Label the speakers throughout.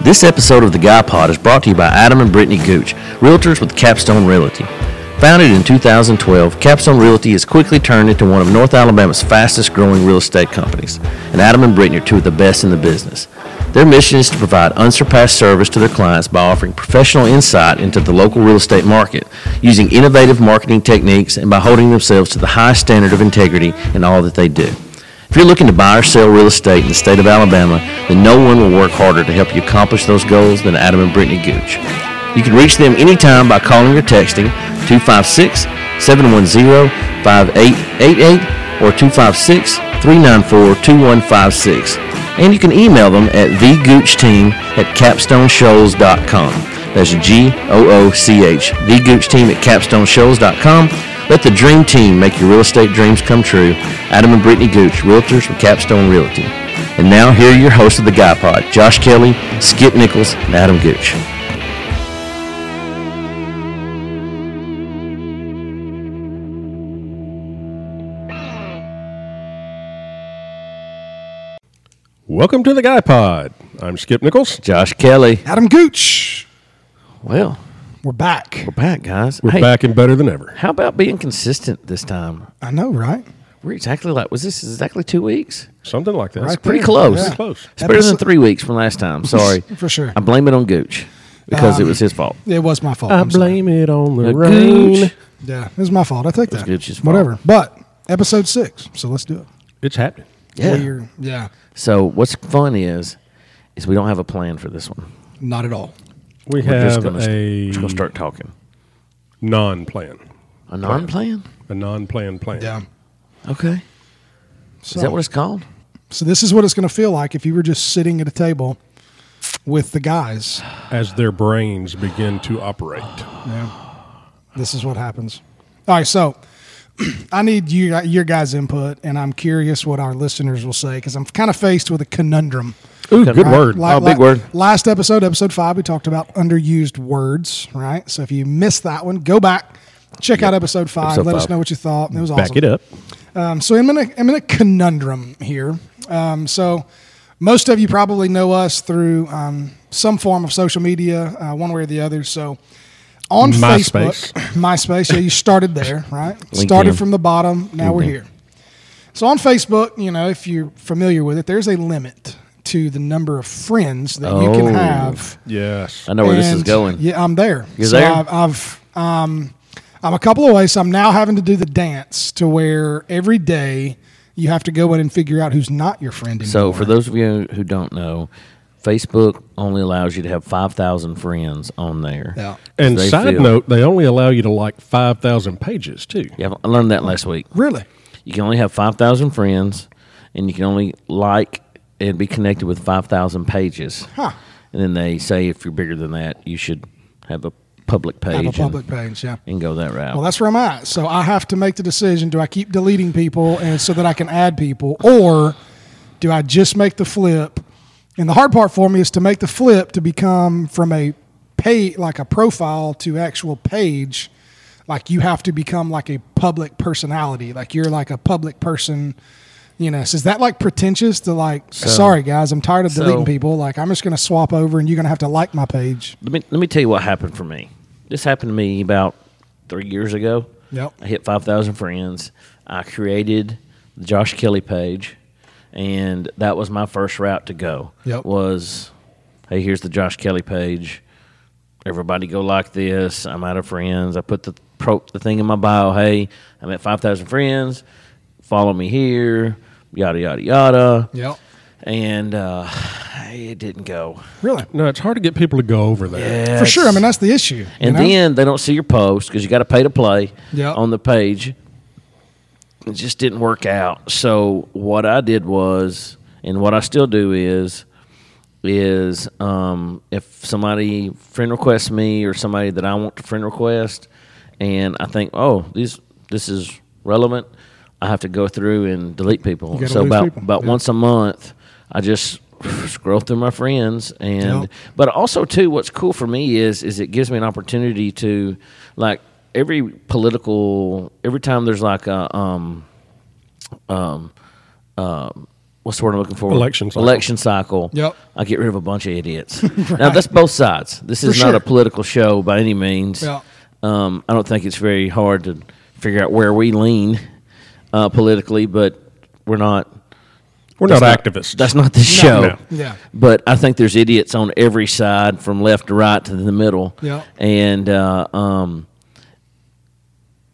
Speaker 1: This episode of the Guy Pod is brought to you by Adam and Brittany Gooch, realtors with Capstone Realty. Founded in 2012, Capstone Realty has quickly turned into one of North Alabama's fastest growing real estate companies, and Adam and Brittany are two of the best in the business. Their mission is to provide unsurpassed service to their clients by offering professional insight into the local real estate market, using innovative marketing techniques, and by holding themselves to the highest standard of integrity in all that they do. If you're looking to buy or sell real estate in the state of Alabama, then no one will work harder to help you accomplish those goals than Adam and Brittany Gooch. You can reach them anytime by calling or texting 256 710 5888 or 256 394 2156. And you can email them at thegoochteam at capstoneshoals.com. That's G O O C H. Thegoochteam at capstoneshoals.com. Let the dream team make your real estate dreams come true. Adam and Brittany Gooch, Realtors with Capstone Realty. And now here are your hosts of the Guy Pod, Josh Kelly, Skip Nichols, and Adam Gooch.
Speaker 2: Welcome to the Guy Pod. I'm Skip Nichols.
Speaker 1: Josh Kelly.
Speaker 3: Adam Gooch.
Speaker 1: Well,
Speaker 3: We're back.
Speaker 1: we're back, guys.
Speaker 2: We're
Speaker 1: Hey,
Speaker 2: back and better than ever.
Speaker 1: How about being consistent this time?
Speaker 3: I know, right?
Speaker 1: We're exactly like was this exactly two weeks?
Speaker 2: Something like that.
Speaker 3: Right.
Speaker 1: Pretty
Speaker 3: Yeah,
Speaker 1: close.
Speaker 3: yeah.
Speaker 2: Close.
Speaker 1: It's better than
Speaker 3: Episode-
Speaker 1: three weeks from last time. Sorry.
Speaker 3: For sure. Um,
Speaker 1: I blame it on Gooch because it was his fault.
Speaker 3: It was my fault.
Speaker 2: I
Speaker 3: I'm sorry.
Speaker 2: blame it on the
Speaker 1: The
Speaker 2: rain.
Speaker 1: Gooch.
Speaker 3: Yeah, it was my fault. I take that.
Speaker 1: Gooch's fault.
Speaker 3: Whatever. But episode six. So let's do it.
Speaker 2: It's happening.
Speaker 1: Yeah.
Speaker 3: We're- yeah.
Speaker 1: So what's fun is is we don't have a plan for this one.
Speaker 3: Not at all.
Speaker 2: We
Speaker 1: We're
Speaker 2: have
Speaker 1: just gonna,
Speaker 2: a
Speaker 1: just gonna start talking.
Speaker 2: non-plan,
Speaker 1: A non plan?
Speaker 2: a non-plan plan.
Speaker 3: Yeah.
Speaker 1: Okay.
Speaker 3: So,
Speaker 1: Is that what it's called?
Speaker 3: so this is what it's going to feel like if you were just sitting at a table with the guys.
Speaker 2: As their brains begin to operate,
Speaker 3: Yeah. This is what happens. All right. So I need you, your guys' input, and I'm curious what our listeners will say because I'm kind of faced with a conundrum.
Speaker 2: ooh, good
Speaker 3: Right?
Speaker 2: word.
Speaker 3: Like-
Speaker 1: Oh, big
Speaker 3: like
Speaker 1: word.
Speaker 3: Last episode, episode five, we talked about underused words, right? So if you missed that one, go back, check out episode five.
Speaker 1: Episode
Speaker 3: let us
Speaker 1: five.
Speaker 3: know what you thought. It was
Speaker 2: Back
Speaker 3: awesome.
Speaker 2: it up.
Speaker 3: Um, so I'm in a I'm in a conundrum here. Um, so most of you probably know us through um, some form of social media, uh, one way or the other. So on
Speaker 2: MySpace.
Speaker 3: Facebook, MySpace, yeah, you started there, right? Started from the bottom. Now we're here. So on Facebook, you know, if you're familiar with it, there's a limit to the number of friends that you
Speaker 1: Oh.
Speaker 3: can have.
Speaker 2: Yes.
Speaker 1: I know where this is
Speaker 3: And,
Speaker 1: going.
Speaker 3: Yeah, I'm there.
Speaker 1: You're
Speaker 3: so
Speaker 1: there?
Speaker 3: I've, I've um, I'm a couple of ways. So I'm now having to do the dance to where every day you have to go in and figure out who's not your friend anymore.
Speaker 1: So, for those of you who don't know, Facebook only allows you to have 5,000 friends on there.
Speaker 3: Yeah.
Speaker 2: And
Speaker 1: They
Speaker 2: side
Speaker 1: feel-
Speaker 2: note, they only allow you to like five thousand pages too.
Speaker 1: Yeah, I learned that last week.
Speaker 3: really,
Speaker 1: You can only have 5,000 friends, and you can only like and be connected with 5,000 pages.
Speaker 3: Huh.
Speaker 1: And then they say if you're bigger than that, you should have a public page.
Speaker 3: I have a
Speaker 1: and-
Speaker 3: public page. Yeah.
Speaker 1: And, go that route.
Speaker 3: Well, that's where I'm at. So I have to make the decision: do I keep deleting people and so that I can add people, or do I just make the flip? And the hard part for me is to make the flip to become from a pay like a profile to actual page. Like you have to become like a public personality. Like you're like a public person. You know, so is that like pretentious to like? sorry, guys, I'm tired of deleting
Speaker 1: So-
Speaker 3: people. Like I'm just going to swap over, and you're going to have to like my page.
Speaker 1: let me let me tell you what happened for me. This happened to me about three years ago.
Speaker 3: Yep.
Speaker 1: I hit five thousand friends. I created the Josh Kelly page, and that was my first route to go.
Speaker 3: Yep.
Speaker 1: Was hey, here's the Josh Kelly page. Everybody go like this. I'm out of friends. I put the pro, the thing in my bio. Hey, I'm at five thousand friends. Follow me here. Yada yada yada.
Speaker 3: Yep.
Speaker 1: And uh, it didn't go.
Speaker 3: Really?
Speaker 2: No, it's hard to get people to go over that.
Speaker 3: For sure. I mean, that's the issue. you
Speaker 1: And
Speaker 3: know?
Speaker 1: then they don't see your post because you got to pay to play
Speaker 3: Yeah.
Speaker 1: on the page. It just didn't work out. So what I did was, and what I still do is, is um, if somebody friend requests me or somebody that I want to friend request, and I think, oh, these this is relevant, I have to go through and delete people.
Speaker 3: gotta
Speaker 1: So
Speaker 3: lose
Speaker 1: about
Speaker 3: people.
Speaker 1: about
Speaker 3: Yeah.
Speaker 1: once a month, I just scroll through my friends and
Speaker 3: Yep.
Speaker 1: but also too what's cool for me is is it gives me an opportunity to like every political every time there's like a um um um what's the word I'm looking for?
Speaker 2: Election cycle.
Speaker 1: Election cycle.
Speaker 3: Yep.
Speaker 1: I get rid of a bunch of idiots. Now that's both sides. This is
Speaker 3: For
Speaker 1: not
Speaker 3: sure.
Speaker 1: a political show by any means.
Speaker 3: Yeah.
Speaker 1: Um, I don't think it's very hard to figure out where we lean uh, politically, but we're not.
Speaker 2: We're not
Speaker 1: that's
Speaker 2: activists.
Speaker 1: That's not the show.
Speaker 2: No.
Speaker 3: Yeah.
Speaker 1: But I think there's idiots on every side, from left to right to the middle.
Speaker 3: Yeah.
Speaker 1: And uh, um,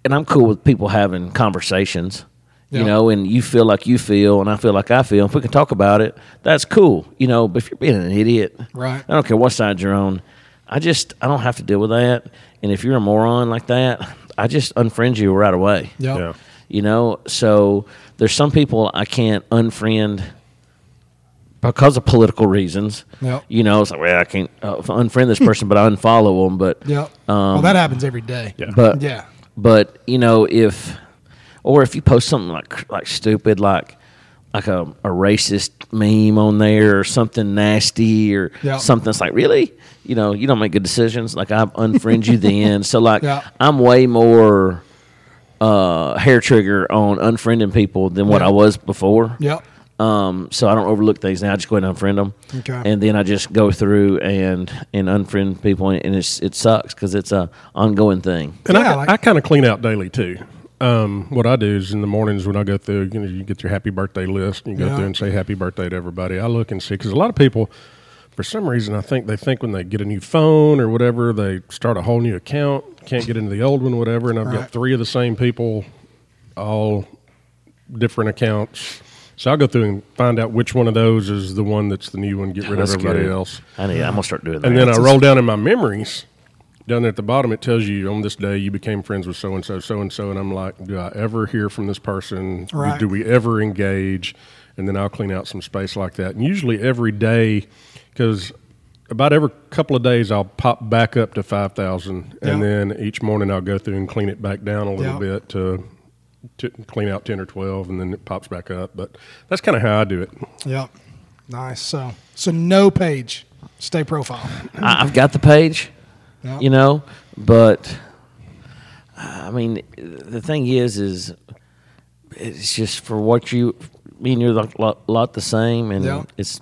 Speaker 1: and I'm cool with people having conversations. You
Speaker 3: Yeah.
Speaker 1: know, and you feel like you feel, and I feel like I feel. If we can talk about it, that's cool. You know, but if you're being an idiot,
Speaker 3: Right.
Speaker 1: I don't care what side you're on. I just I don't have to deal with that. And if you're a moron like that, I just unfriend you right away
Speaker 3: Yep.
Speaker 2: Yeah.
Speaker 1: you know so there's some people i can't unfriend because of political reasons
Speaker 3: Yep.
Speaker 1: you know it's like well i can't uh, unfriend this person but i unfollow them but um,
Speaker 3: Yep. well, that happens every day.
Speaker 2: Yeah.
Speaker 1: but
Speaker 3: Yeah.
Speaker 1: but you know if or if you post something like like stupid like like a, a racist meme on there or something nasty or
Speaker 3: Yeah.
Speaker 1: something that's like really you know you don't make good decisions like i unfriend you then so like
Speaker 3: Yeah.
Speaker 1: i'm way more uh, hair trigger on unfriending people than what
Speaker 3: Yeah.
Speaker 1: i was before
Speaker 3: Yep.
Speaker 1: um, so I don't overlook things now. I just go ahead and unfriend them,
Speaker 3: Okay.
Speaker 1: and then I just go through and and unfriend people, and it's it sucks because it's a ongoing thing.
Speaker 2: And
Speaker 3: Yeah,
Speaker 2: I,
Speaker 3: like-
Speaker 2: I kind of clean out daily too. Um, what I do is in the mornings when I go through, you know, you get your happy birthday list and you go
Speaker 3: Yeah.
Speaker 2: through and say happy birthday to everybody. I look and see because a lot of people, for some reason, I think they think when they get a new phone or whatever, they start a whole new account, can't get into the old one, whatever. And I've
Speaker 3: Right.
Speaker 2: got three of the same people, all different accounts. So I'll go through and find out which one of those is the one that's the new one, get rid of
Speaker 1: That's
Speaker 2: everybody
Speaker 1: good.
Speaker 2: else.
Speaker 1: I need. I'm gonna start doing that.
Speaker 2: And then I roll down in my memories. Down there at the bottom, it tells you on this day you became friends with so and so, so and so. And I'm like, do I ever hear from this person? Do-
Speaker 3: Right.
Speaker 2: Do we ever engage? And then I'll clean out some space like that. And usually every day, because about every couple of days, I'll pop back up to 5,000. And
Speaker 3: Yeah.
Speaker 2: then each morning, I'll go through and clean it back down a little
Speaker 3: Yeah.
Speaker 2: bit to, to clean out 10 or 12. And then it pops back up. But that's kind of how I do it.
Speaker 3: Yep. Nice. So so no page. Stay profile.
Speaker 1: I, I've got the page,
Speaker 3: Yep.
Speaker 1: you know, but I mean, the thing is, is it's just for what you. Me and you're a lot, lot the same, and
Speaker 3: Yeah.
Speaker 1: it's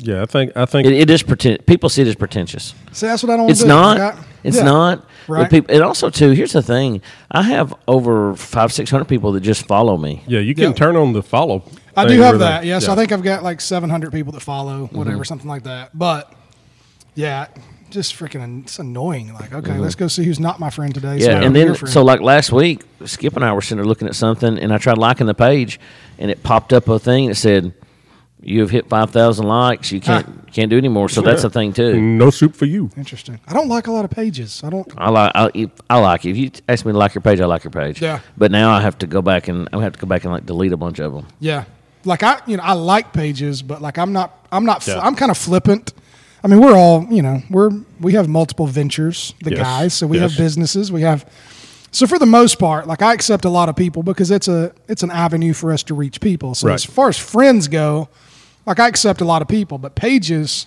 Speaker 2: Yeah, I think, I think
Speaker 1: it, it is pretend. People see it as pretentious.
Speaker 3: See, that's what I don't.
Speaker 1: It's
Speaker 3: do.
Speaker 1: not.
Speaker 3: Like I-
Speaker 1: It's
Speaker 3: Yeah.
Speaker 1: not.
Speaker 3: Right.
Speaker 1: But peop- and also too, here's the thing: I have over five, six hundred people that just follow me.
Speaker 2: Yeah, you can
Speaker 3: Yeah.
Speaker 2: turn on the follow.
Speaker 3: I
Speaker 2: thing
Speaker 3: do have
Speaker 2: where they-
Speaker 3: that. Yes,
Speaker 2: yeah.
Speaker 3: I think I've got like 700 people that follow,
Speaker 1: Mm-hmm.
Speaker 3: whatever, something like that. But yeah, just freaking, an- it's annoying. Like, okay, let's go see who's not my friend today. so
Speaker 1: Mm-hmm.
Speaker 3: I
Speaker 1: Yeah,
Speaker 3: can
Speaker 1: and
Speaker 3: be
Speaker 1: then
Speaker 3: your friend.
Speaker 1: so like last week, Skip and I were sitting there looking at something, and I tried liking the page, and it popped up a thing that said, "You have hit five thousand likes. You can't
Speaker 3: Ah.
Speaker 1: can't do anymore." So that's a thing too.
Speaker 2: Mm, no soup for you.
Speaker 3: interesting. I don't like a lot of pages. I don't.
Speaker 1: I like I, if- I like it. if you ask me to like your page, I like your page.
Speaker 3: Yeah.
Speaker 1: But now I have to go back and I have to go back and like delete a bunch of them.
Speaker 3: Yeah, like I, you know, I like pages, but like I'm not. I'm not. fl-
Speaker 2: Yeah.
Speaker 3: I'm kind of flippant. I mean, we're all, you know, we're we have multiple ventures, the
Speaker 2: Yes,
Speaker 3: guys. So we
Speaker 2: yes.
Speaker 3: have businesses. We have. So for the most part, like I accept a lot of people because it's a it's an avenue for us to reach people. So
Speaker 2: Right.
Speaker 3: as far as friends go, like I accept a lot of people, but pages,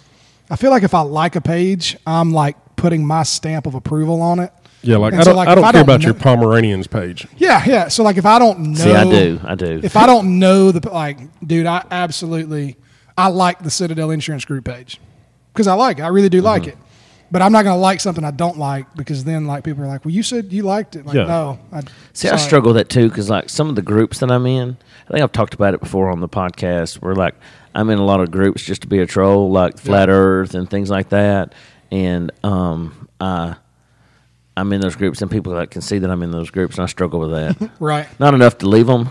Speaker 3: I feel like if I like a page, I'm like putting my stamp of approval on it.
Speaker 2: Yeah, like,
Speaker 3: And
Speaker 2: I
Speaker 3: so,
Speaker 2: don't,
Speaker 3: like,
Speaker 2: I
Speaker 3: if
Speaker 2: don't
Speaker 3: I
Speaker 2: care
Speaker 3: don't
Speaker 2: about your
Speaker 3: know-
Speaker 2: Pomeranians page.
Speaker 3: Yeah, yeah. So like if I don't know
Speaker 1: See, I do. I do.
Speaker 3: if I don't know the like, dude, I absolutely I like the Citadel Insurance Group page because I like it. I really do like
Speaker 1: Mm-hmm.
Speaker 3: it. But I'm not gonna like something I don't like because then like people are like, well, you said you liked it. Like,
Speaker 2: Yeah.
Speaker 3: no, I,
Speaker 1: See, I
Speaker 3: sorry.
Speaker 1: struggle with that too because like some of the groups that I'm in, I think I've talked about it before on the podcast. Where like I'm in a lot of groups just to be a troll, like flat Earth and things like that. And um, I, I'm in those groups, and people like can see that I'm in those groups, and I struggle with that.
Speaker 3: Right.
Speaker 1: Not enough to leave them.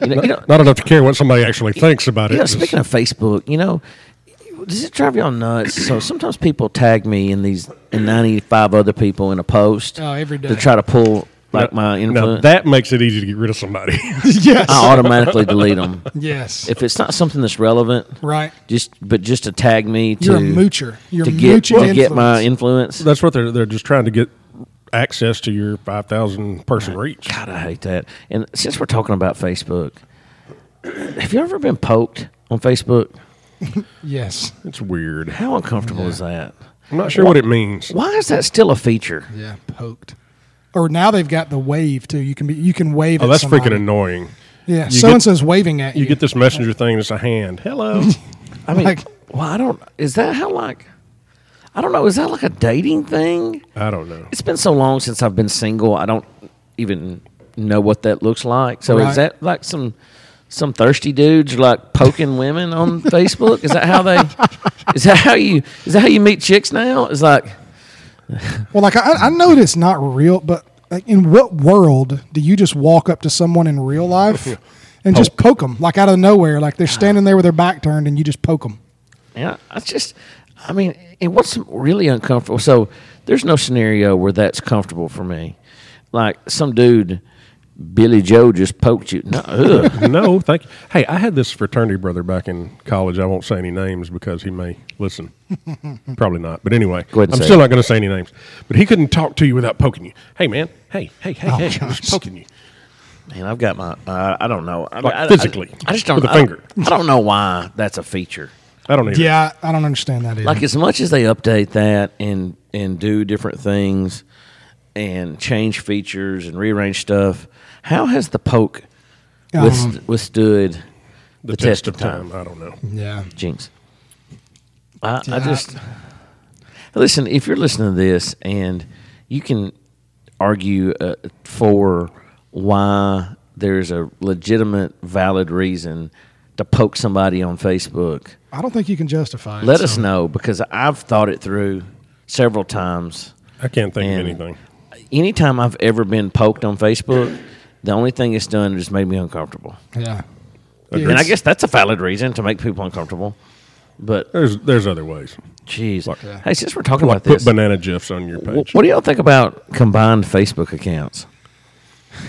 Speaker 1: you know, you know,
Speaker 2: Not enough to care what somebody actually thinks about
Speaker 1: you
Speaker 2: it.
Speaker 1: know,
Speaker 2: Just-
Speaker 1: speaking of Facebook, you know, does it drive y'all nuts? so sometimes people tag me and these and 95 other people in a post.
Speaker 3: Oh, every
Speaker 1: to
Speaker 3: day.
Speaker 1: try to pull like my
Speaker 2: now,
Speaker 1: influence.
Speaker 2: that makes it easy to get rid of somebody.
Speaker 3: yes.
Speaker 1: I automatically delete them.
Speaker 3: Uh, yes.
Speaker 1: If it's not something that's relevant,
Speaker 3: right.
Speaker 1: just but just to tag me to
Speaker 3: You're a moocher. You're
Speaker 1: to get
Speaker 3: mooching
Speaker 1: to get my
Speaker 3: influence.
Speaker 1: influence.
Speaker 2: That's what they're, they're just trying to get access to your 5,000 person reach.
Speaker 1: God, I hate that. And since we're talking about Facebook, have you ever been poked on Facebook?
Speaker 3: Yes.
Speaker 2: It's weird.
Speaker 1: How uncomfortable is that?
Speaker 2: I'm not sure what it means.
Speaker 1: Why is that still a feature?
Speaker 3: Yeah. Poked. Or now they've got the wave too. You can be you can wave.
Speaker 2: Oh,
Speaker 3: at
Speaker 2: that's
Speaker 3: somebody.
Speaker 2: freaking annoying.
Speaker 3: Yeah,
Speaker 2: You
Speaker 3: so and
Speaker 2: get-
Speaker 3: so's waving at you.
Speaker 2: You get this messenger thing that's a hand. Hello.
Speaker 1: I mean,
Speaker 3: Like-
Speaker 1: well, I don't. Is that how like? I don't know. Is that like a dating thing?
Speaker 2: I don't know.
Speaker 1: It's been so long since I've been single. I don't even know what that looks like. So
Speaker 3: Right.
Speaker 1: is that like some some thirsty dudes like poking women on Facebook? Is that how they? Is that how you? Is that how you meet chicks now? It's like
Speaker 3: well, like I, I know it's not real, but like, in what world do you just walk up to someone in real life and just poke them like out of nowhere? Like they're
Speaker 1: Ah.
Speaker 3: standing there with their back turned, and you just poke them.
Speaker 1: Yeah, I just, I mean, and what's really uncomfortable? So there's no scenario where that's comfortable for me. Like some dude, Billy Joe just poked you. No, ugh.
Speaker 2: no, thank you. Hey, I had this fraternity brother back in college. I won't say any names because he may listen. Probably not. But anyway,
Speaker 1: Go ahead and
Speaker 2: I'm
Speaker 1: say
Speaker 2: still
Speaker 1: it.
Speaker 2: not going to say any names. But he couldn't talk to you without poking you. Hey, man. Hey, hey,
Speaker 3: Oh,
Speaker 2: hey, hey. I'm just poking you.
Speaker 1: man, I've got my. Uh, I don't know. I,
Speaker 2: Like
Speaker 1: I- I-
Speaker 2: physically,
Speaker 1: I, just don't.
Speaker 2: with a
Speaker 1: I don't-
Speaker 2: finger.
Speaker 1: I don't know why that's a feature.
Speaker 2: I don't even.
Speaker 3: Yeah, I, I don't understand that either.
Speaker 1: Like as much as they update that and and do different things, and change features and rearrange stuff, how has the poke
Speaker 3: Um,
Speaker 1: with, withstood the,
Speaker 2: Uh-huh. The, test, of time. I don't know.
Speaker 3: yeah,
Speaker 1: Jinx. I, I
Speaker 3: I-
Speaker 1: just listen. If you're listening to this and you can argue uh, for why there's a legitimate, valid reason to poke somebody on Facebook,
Speaker 3: I don't think you can justify it.
Speaker 1: let
Speaker 3: so.
Speaker 1: us know because I've thought it through several times.
Speaker 2: I can't think
Speaker 1: And-
Speaker 2: of anything.
Speaker 1: Anytime I've ever been poked on Facebook, the only thing it's done is made me uncomfortable.
Speaker 3: Yeah.
Speaker 1: And I
Speaker 3: It's-
Speaker 1: guess that's a valid reason to make people uncomfortable. But
Speaker 2: There's there's other ways.
Speaker 1: jeez,
Speaker 2: Yeah.
Speaker 1: hey, since we're talking about
Speaker 2: Put
Speaker 1: this,
Speaker 2: banana gifs on your
Speaker 1: Wh-
Speaker 2: page.
Speaker 1: What do y'all think about combined Facebook accounts?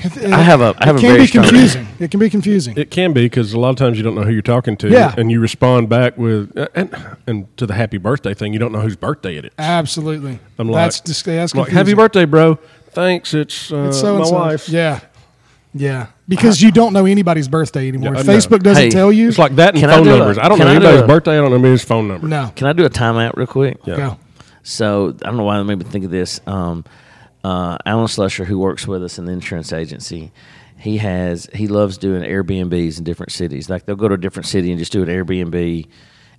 Speaker 3: it-
Speaker 1: I have a I have
Speaker 3: it
Speaker 1: a
Speaker 3: can
Speaker 1: very
Speaker 3: be
Speaker 1: strong-
Speaker 3: confusing. It can be confusing.
Speaker 2: It can be because a lot of times you don't know who you're talking to,
Speaker 3: Yeah.
Speaker 2: and you respond back with uh, and and to the happy birthday thing. You don't know whose birthday it is.
Speaker 3: Absolutely.
Speaker 2: I'm
Speaker 3: that's
Speaker 2: like-
Speaker 3: dis- that's
Speaker 2: I'm like, happy
Speaker 3: confusing.
Speaker 2: birthday, bro. Thanks. It's, uh,
Speaker 3: It's so and
Speaker 2: my
Speaker 3: so.
Speaker 2: wife.
Speaker 3: Yeah. Yeah. Because you don't know anybody's birthday anymore.
Speaker 2: Yeah, I know.
Speaker 3: Facebook doesn't
Speaker 1: Hey,
Speaker 3: tell you.
Speaker 2: It's like that and
Speaker 1: Can I
Speaker 2: phone
Speaker 1: do a-
Speaker 2: numbers. I I don't know
Speaker 1: can I do
Speaker 2: anybody's
Speaker 1: a-
Speaker 2: birthday. I don't know anybody's phone number.
Speaker 3: no.
Speaker 1: Can I do a timeout real quick?
Speaker 2: Yeah.
Speaker 3: Go.
Speaker 1: So I don't know why that made me think of this. Um, uh, Alan Slusher, who works with us in the insurance agency, he has he loves doing Airbnbs in different cities. Like they'll go to a different city and just do an Airbnb,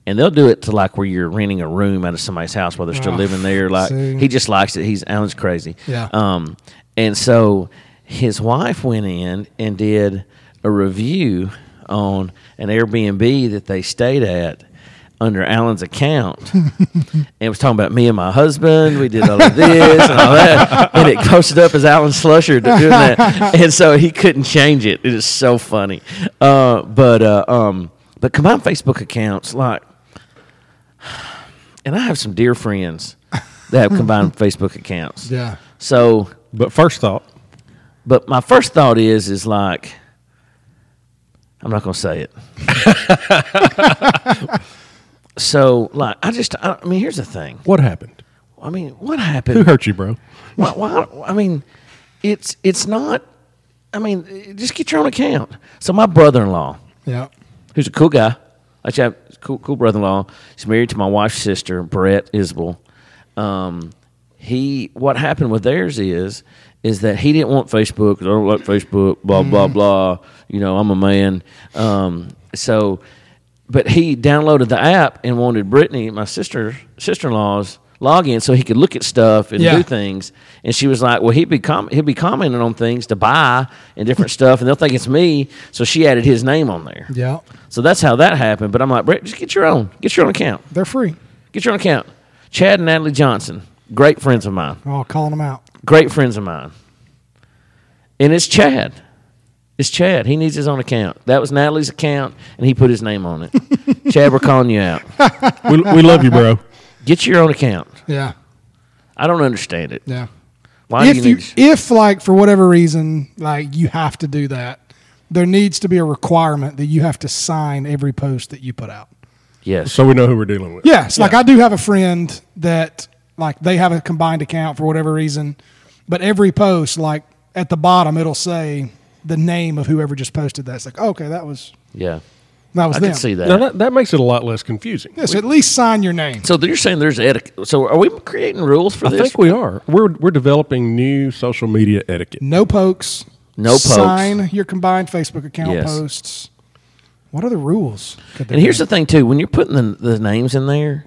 Speaker 1: and they'll do it to like where you're renting a room out of somebody's house while they're still
Speaker 3: Oh,
Speaker 1: living there. Like
Speaker 3: see.
Speaker 1: he just likes it. He's Alan's crazy.
Speaker 3: Yeah.
Speaker 1: Um, and so his wife went in and did a review on an Airbnb that they stayed at under Alan's account. and it was talking about me and my husband. We did all of this and all that. And it posted up as Alan Slusher doing that. And so he couldn't change it. It is so funny. Uh, but uh, um, but combined Facebook accounts, like and I have some dear friends that have combined Facebook accounts.
Speaker 3: Yeah.
Speaker 1: So,
Speaker 2: But first thought,
Speaker 1: but my first thought is, is like, I'm not going to say it. so, like, I just, I, I mean, here's the thing.
Speaker 2: what happened?
Speaker 1: I mean, what
Speaker 2: Who
Speaker 1: happened?
Speaker 2: hurt you, bro?
Speaker 1: why, why, I mean, it's, it's not, I mean, just get your own account. So, my brother in law,
Speaker 3: Yeah.
Speaker 1: who's a cool guy. Actually, I have a cool, cool brother in law. He's married to my wife's sister, Brett Isbell. Um, he, what happened with theirs is, is that he didn't want Facebook. 'cause I don't like Facebook. Blah blah
Speaker 3: Mm.
Speaker 1: blah. You know, I'm a man. Um, so, but he downloaded the app and wanted Brittany, my sister, sister in law's login, so he could look at stuff and
Speaker 3: Yeah.
Speaker 1: do things. And she was like, "Well, he'd be com- he'd be commenting on things to buy and different stuff, and they'll think it's me." So she added his name on there.
Speaker 3: Yeah.
Speaker 1: So that's how that happened. But I'm like, Brett, just get your own. Get your own account.
Speaker 3: They're free.
Speaker 1: Get your own account. Chad and Natalie Johnson, great friends of mine.
Speaker 3: Oh, calling them out.
Speaker 1: Great friends of mine. And it's Chad. It's Chad. He needs his own account. That was Natalie's account, and he put his name on it. Chad, we're calling you out.
Speaker 2: we, we love you, bro.
Speaker 1: Get your own account.
Speaker 3: Yeah.
Speaker 1: I don't understand it.
Speaker 3: Yeah.
Speaker 1: Why
Speaker 3: if
Speaker 1: do you
Speaker 3: you,
Speaker 1: need?
Speaker 3: if like for whatever reason, like you have to do that, there needs to be a requirement that you have to sign every post that you put out.
Speaker 1: yes.
Speaker 2: So we know who we're dealing with.
Speaker 3: Yes, like I do have a friend that like they have a combined account for whatever reason, but every post like at the bottom it'll say the name of whoever just posted that. It's like okay, that was
Speaker 1: Yeah.
Speaker 3: that was
Speaker 1: I
Speaker 3: them.
Speaker 1: can see that.
Speaker 2: Now that, that makes it a lot less confusing.
Speaker 3: Yes, at least sign your name.
Speaker 1: So you're saying there's etiquette. So are we creating rules for
Speaker 2: I
Speaker 1: this?
Speaker 2: think we are. We're we're developing new social media etiquette.
Speaker 3: No pokes,
Speaker 1: No pokes.
Speaker 3: Sign your combined Facebook account
Speaker 1: Yes.
Speaker 3: posts. What are the rules? could there
Speaker 1: And here's
Speaker 3: be?
Speaker 1: the thing too: when you're putting the, the names in there,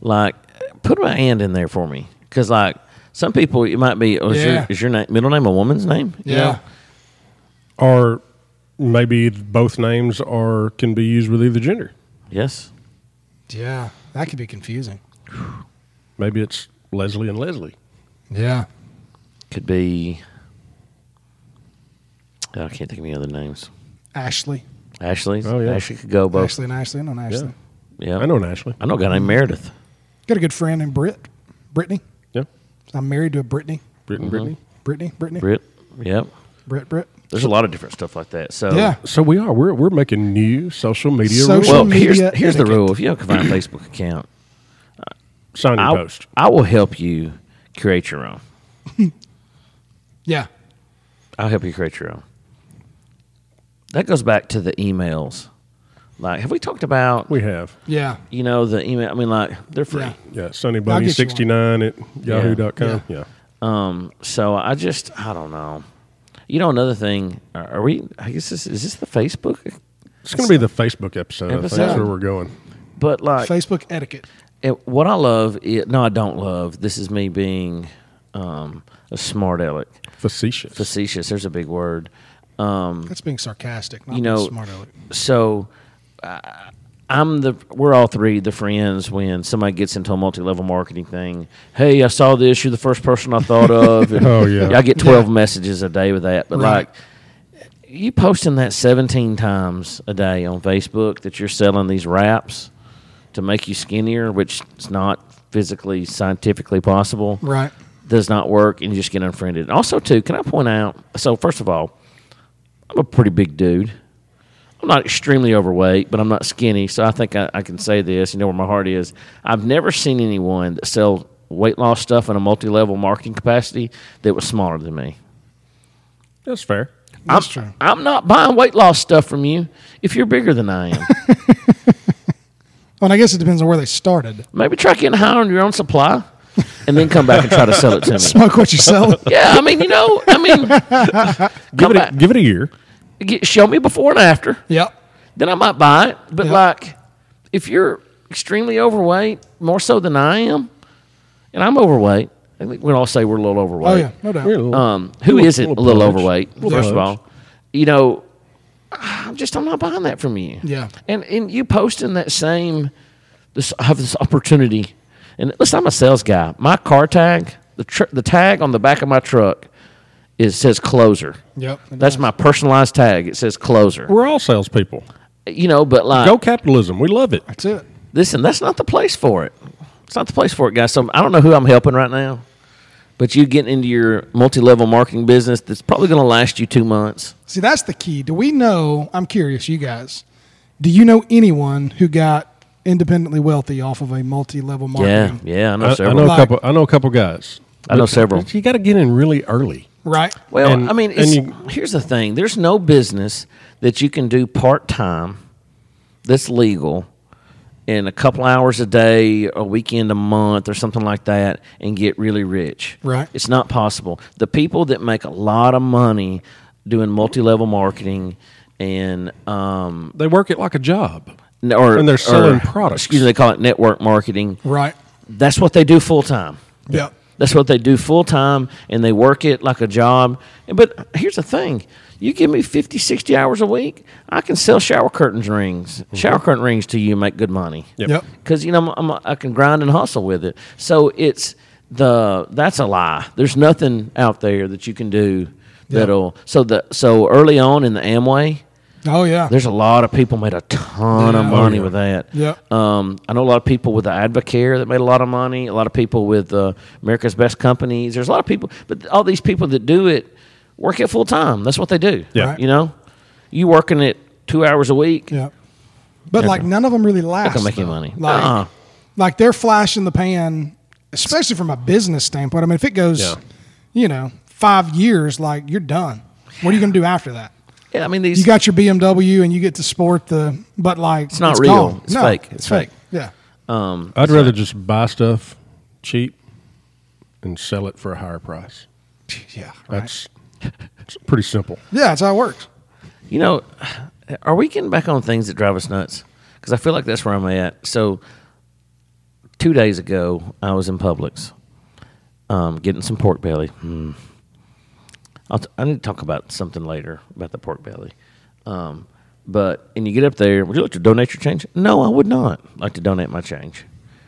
Speaker 1: like put my and in there for me, because like some people, it might be oh, is,
Speaker 3: Yeah.
Speaker 1: your, is your name, middle name a woman's name?
Speaker 3: yeah.
Speaker 2: Or maybe both names are can be used with either gender.
Speaker 1: Yes.
Speaker 3: Yeah. That could be confusing.
Speaker 2: Maybe it's Leslie and Leslie.
Speaker 3: Yeah.
Speaker 1: Could be. Oh, I can't think of any other names.
Speaker 3: Ashley.
Speaker 1: Ashley's.
Speaker 2: Oh, yeah.
Speaker 1: Ashley could go both.
Speaker 3: Ashley and Ashley. No, Ashley.
Speaker 2: Yeah.
Speaker 1: Yeah.
Speaker 2: I know an Ashley.
Speaker 1: I know a guy named Meredith.
Speaker 3: Got a good friend in Brit. Brittany.
Speaker 2: Yeah.
Speaker 3: I'm married to a Brittany.
Speaker 2: Britt
Speaker 1: Mm-hmm.
Speaker 2: and Brittany.
Speaker 3: Brittany. Brittany.
Speaker 1: Brit. Yep.
Speaker 3: Brit. Brit.
Speaker 1: There's a lot of different stuff like that. So
Speaker 3: Yeah.
Speaker 2: So we are. We're, we're making new social media
Speaker 3: Social-
Speaker 2: rules.
Speaker 1: Well, here's
Speaker 3: media
Speaker 1: here's the
Speaker 3: etiquette.
Speaker 1: rule: if you have a combined Facebook account,
Speaker 2: Sign your
Speaker 1: I
Speaker 2: post.
Speaker 1: I will help you create your own.
Speaker 3: Yeah.
Speaker 1: I'll help you create your own. That goes back to the emails. Like, have we talked about
Speaker 2: We have.
Speaker 3: Yeah.
Speaker 1: you know the email? I mean, like they're free.
Speaker 3: Yeah.
Speaker 2: Yeah. Sunny
Speaker 3: I'll
Speaker 2: Bunny
Speaker 3: get you one.
Speaker 2: 69 at yahoo.com. Yeah.
Speaker 3: Yeah.
Speaker 1: Um, so I just I don't know. You know, another thing. Are are we? I guess this is this the Facebook,
Speaker 2: It's going to be the Facebook episode. I think
Speaker 1: Episode.
Speaker 2: that's where we're going.
Speaker 1: but like
Speaker 3: Facebook etiquette.
Speaker 1: it, what I love. It, no, I don't love. This is me being um, a smart aleck,
Speaker 2: Facetious.
Speaker 1: facetious. There's a big word.
Speaker 3: That's being sarcastic, not
Speaker 1: you know,
Speaker 3: smart aleck.
Speaker 1: so uh, I'm the we're all three the friends when somebody gets into a multi level marketing thing. Hey, I saw this. You're the first person I thought of. And
Speaker 2: Oh, yeah.
Speaker 1: I get twelve messages a day with that. But
Speaker 3: Right.
Speaker 1: like, you posting that seventeen times a day on Facebook that you're selling these wraps to make you skinnier, which is not physically scientifically possible
Speaker 3: Right.
Speaker 1: does not work and you just get unfriended. And also, too, can I point out? So, first of all, I'm a pretty big dude. I'm not extremely overweight, but I'm not skinny, so I think I, I can say this. You know where my heart is. I've never seen anyone that sell weight loss stuff in a multi-level marketing capacity that was smaller than me.
Speaker 2: That's fair.
Speaker 3: That's
Speaker 1: I'm,
Speaker 3: true.
Speaker 1: I'm not buying weight loss stuff from you if you're bigger than I am.
Speaker 3: Well, and I guess it depends on where they started.
Speaker 1: Maybe try getting high on your own supply, and then come back and try to sell it to me.
Speaker 3: Smoke what you sell.
Speaker 1: Yeah, I mean, you know, I mean,
Speaker 2: Give
Speaker 1: come
Speaker 2: it,
Speaker 1: back.
Speaker 2: a, give it a year.
Speaker 1: get, show me before and after.
Speaker 3: yep.
Speaker 1: then I might buy it. But
Speaker 3: Yeah.
Speaker 1: like, if you're extremely overweight, more so than I am, and I'm overweight, I think we'd all say we're a little overweight.
Speaker 3: Oh yeah, no doubt.
Speaker 2: We're a little-
Speaker 1: Um, who
Speaker 2: Little-
Speaker 1: isn't a
Speaker 2: little
Speaker 1: little
Speaker 2: pudge.
Speaker 1: overweight?
Speaker 2: Little
Speaker 1: First of
Speaker 2: pudge.
Speaker 1: all, you know, I'm just I'm not buying that from you.
Speaker 3: Yeah.
Speaker 1: and and you posting that same this I have this opportunity, and listen, I'm a sales guy. My car tag, the tr- the tag on the back of my truck, is says closer.
Speaker 3: Yep.
Speaker 1: That's my personalized tag. It says closer.
Speaker 2: We're all salespeople.
Speaker 1: You know, but like
Speaker 2: Go capitalism. We love it.
Speaker 3: That's it.
Speaker 1: listen, that's not the place for it. It's not the place for it, guys. So I don't know who I'm helping right now, but you getting into your multi-level marketing business that's probably going to last you two months.
Speaker 3: See, that's the key. Do we know? I'm curious, you guys. Do you know anyone who got independently wealthy off of a multi-level
Speaker 1: Yeah,
Speaker 3: marketing?
Speaker 1: yeah, I know
Speaker 2: I, I
Speaker 1: several.
Speaker 2: know a
Speaker 3: Like-
Speaker 2: couple. I know a couple guys.
Speaker 1: I know several.
Speaker 2: You got to get in really early.
Speaker 3: Right.
Speaker 1: Well,
Speaker 2: And-
Speaker 1: I mean,
Speaker 2: and
Speaker 1: it's,
Speaker 2: you-
Speaker 1: here's the thing: there's no business that you can do part time that's legal in a couple hours a day, a weekend, a month, or something like that, and get really rich.
Speaker 3: Right.
Speaker 1: It's not possible. The people that make a lot of money doing multi-level marketing and um
Speaker 2: They work it like a job.
Speaker 1: n- or
Speaker 2: And they're
Speaker 1: or-
Speaker 2: selling products.
Speaker 1: Excuse me, they call it network marketing.
Speaker 3: Right.
Speaker 1: That's what they do full time.
Speaker 3: Yep.
Speaker 1: That's what they do full time and they work it like a job. And- But here's the thing you give me 50, 60 hours a week, I can sell shower curtains rings,
Speaker 2: Mm-hmm.
Speaker 1: shower curtain rings to you and make good money.
Speaker 2: Yep.
Speaker 3: Yep.
Speaker 1: Because, you know, I'm, I'm, I can grind and hustle with it. So it's the, that's a lie. There's nothing out there that you can do that'll, so the, so early on in the Amway,
Speaker 3: Oh yeah.
Speaker 1: there's a lot of people made a ton of
Speaker 3: Yeah.
Speaker 1: money
Speaker 2: Oh, yeah.
Speaker 1: with that.
Speaker 3: Yeah.
Speaker 1: Um, I know a lot of people with the Advocare that made a lot of money. A lot of people with uh, America's Best Companies. There's a lot of people, but all these people that do it work it full time. That's what they do.
Speaker 2: Yeah. Right.
Speaker 1: You know, you working it two hours a week.
Speaker 3: yeah. But like none of them really last.
Speaker 1: gonna make any
Speaker 3: though.
Speaker 1: money.
Speaker 3: Like,
Speaker 1: Uh-uh.
Speaker 3: like they're flash in the pan, especially from a business standpoint. I mean, if it goes,
Speaker 2: Yeah.
Speaker 3: you know, five years, like you're done. What are you gonna do after that?
Speaker 1: Yeah. I mean, these.
Speaker 3: You got your BMW and you get to sport the, but like it's
Speaker 1: not real.
Speaker 3: gone.
Speaker 1: It's fake. It's fake.
Speaker 3: Yeah.
Speaker 2: I'd rather just buy stuff cheap and sell it for a higher price.
Speaker 3: Yeah. Right.
Speaker 2: That's It's pretty simple.
Speaker 3: Yeah, that's how it works.
Speaker 1: You know, are we getting back on things that drive us nuts? Because I feel like that's where I'm at. So, two days ago, I was in Publix um, getting some pork belly. Hmm. I'll t- I need to talk about something later about the pork belly. Um, but, and you get up there, would you like to donate your change? No, I would not like to donate my change.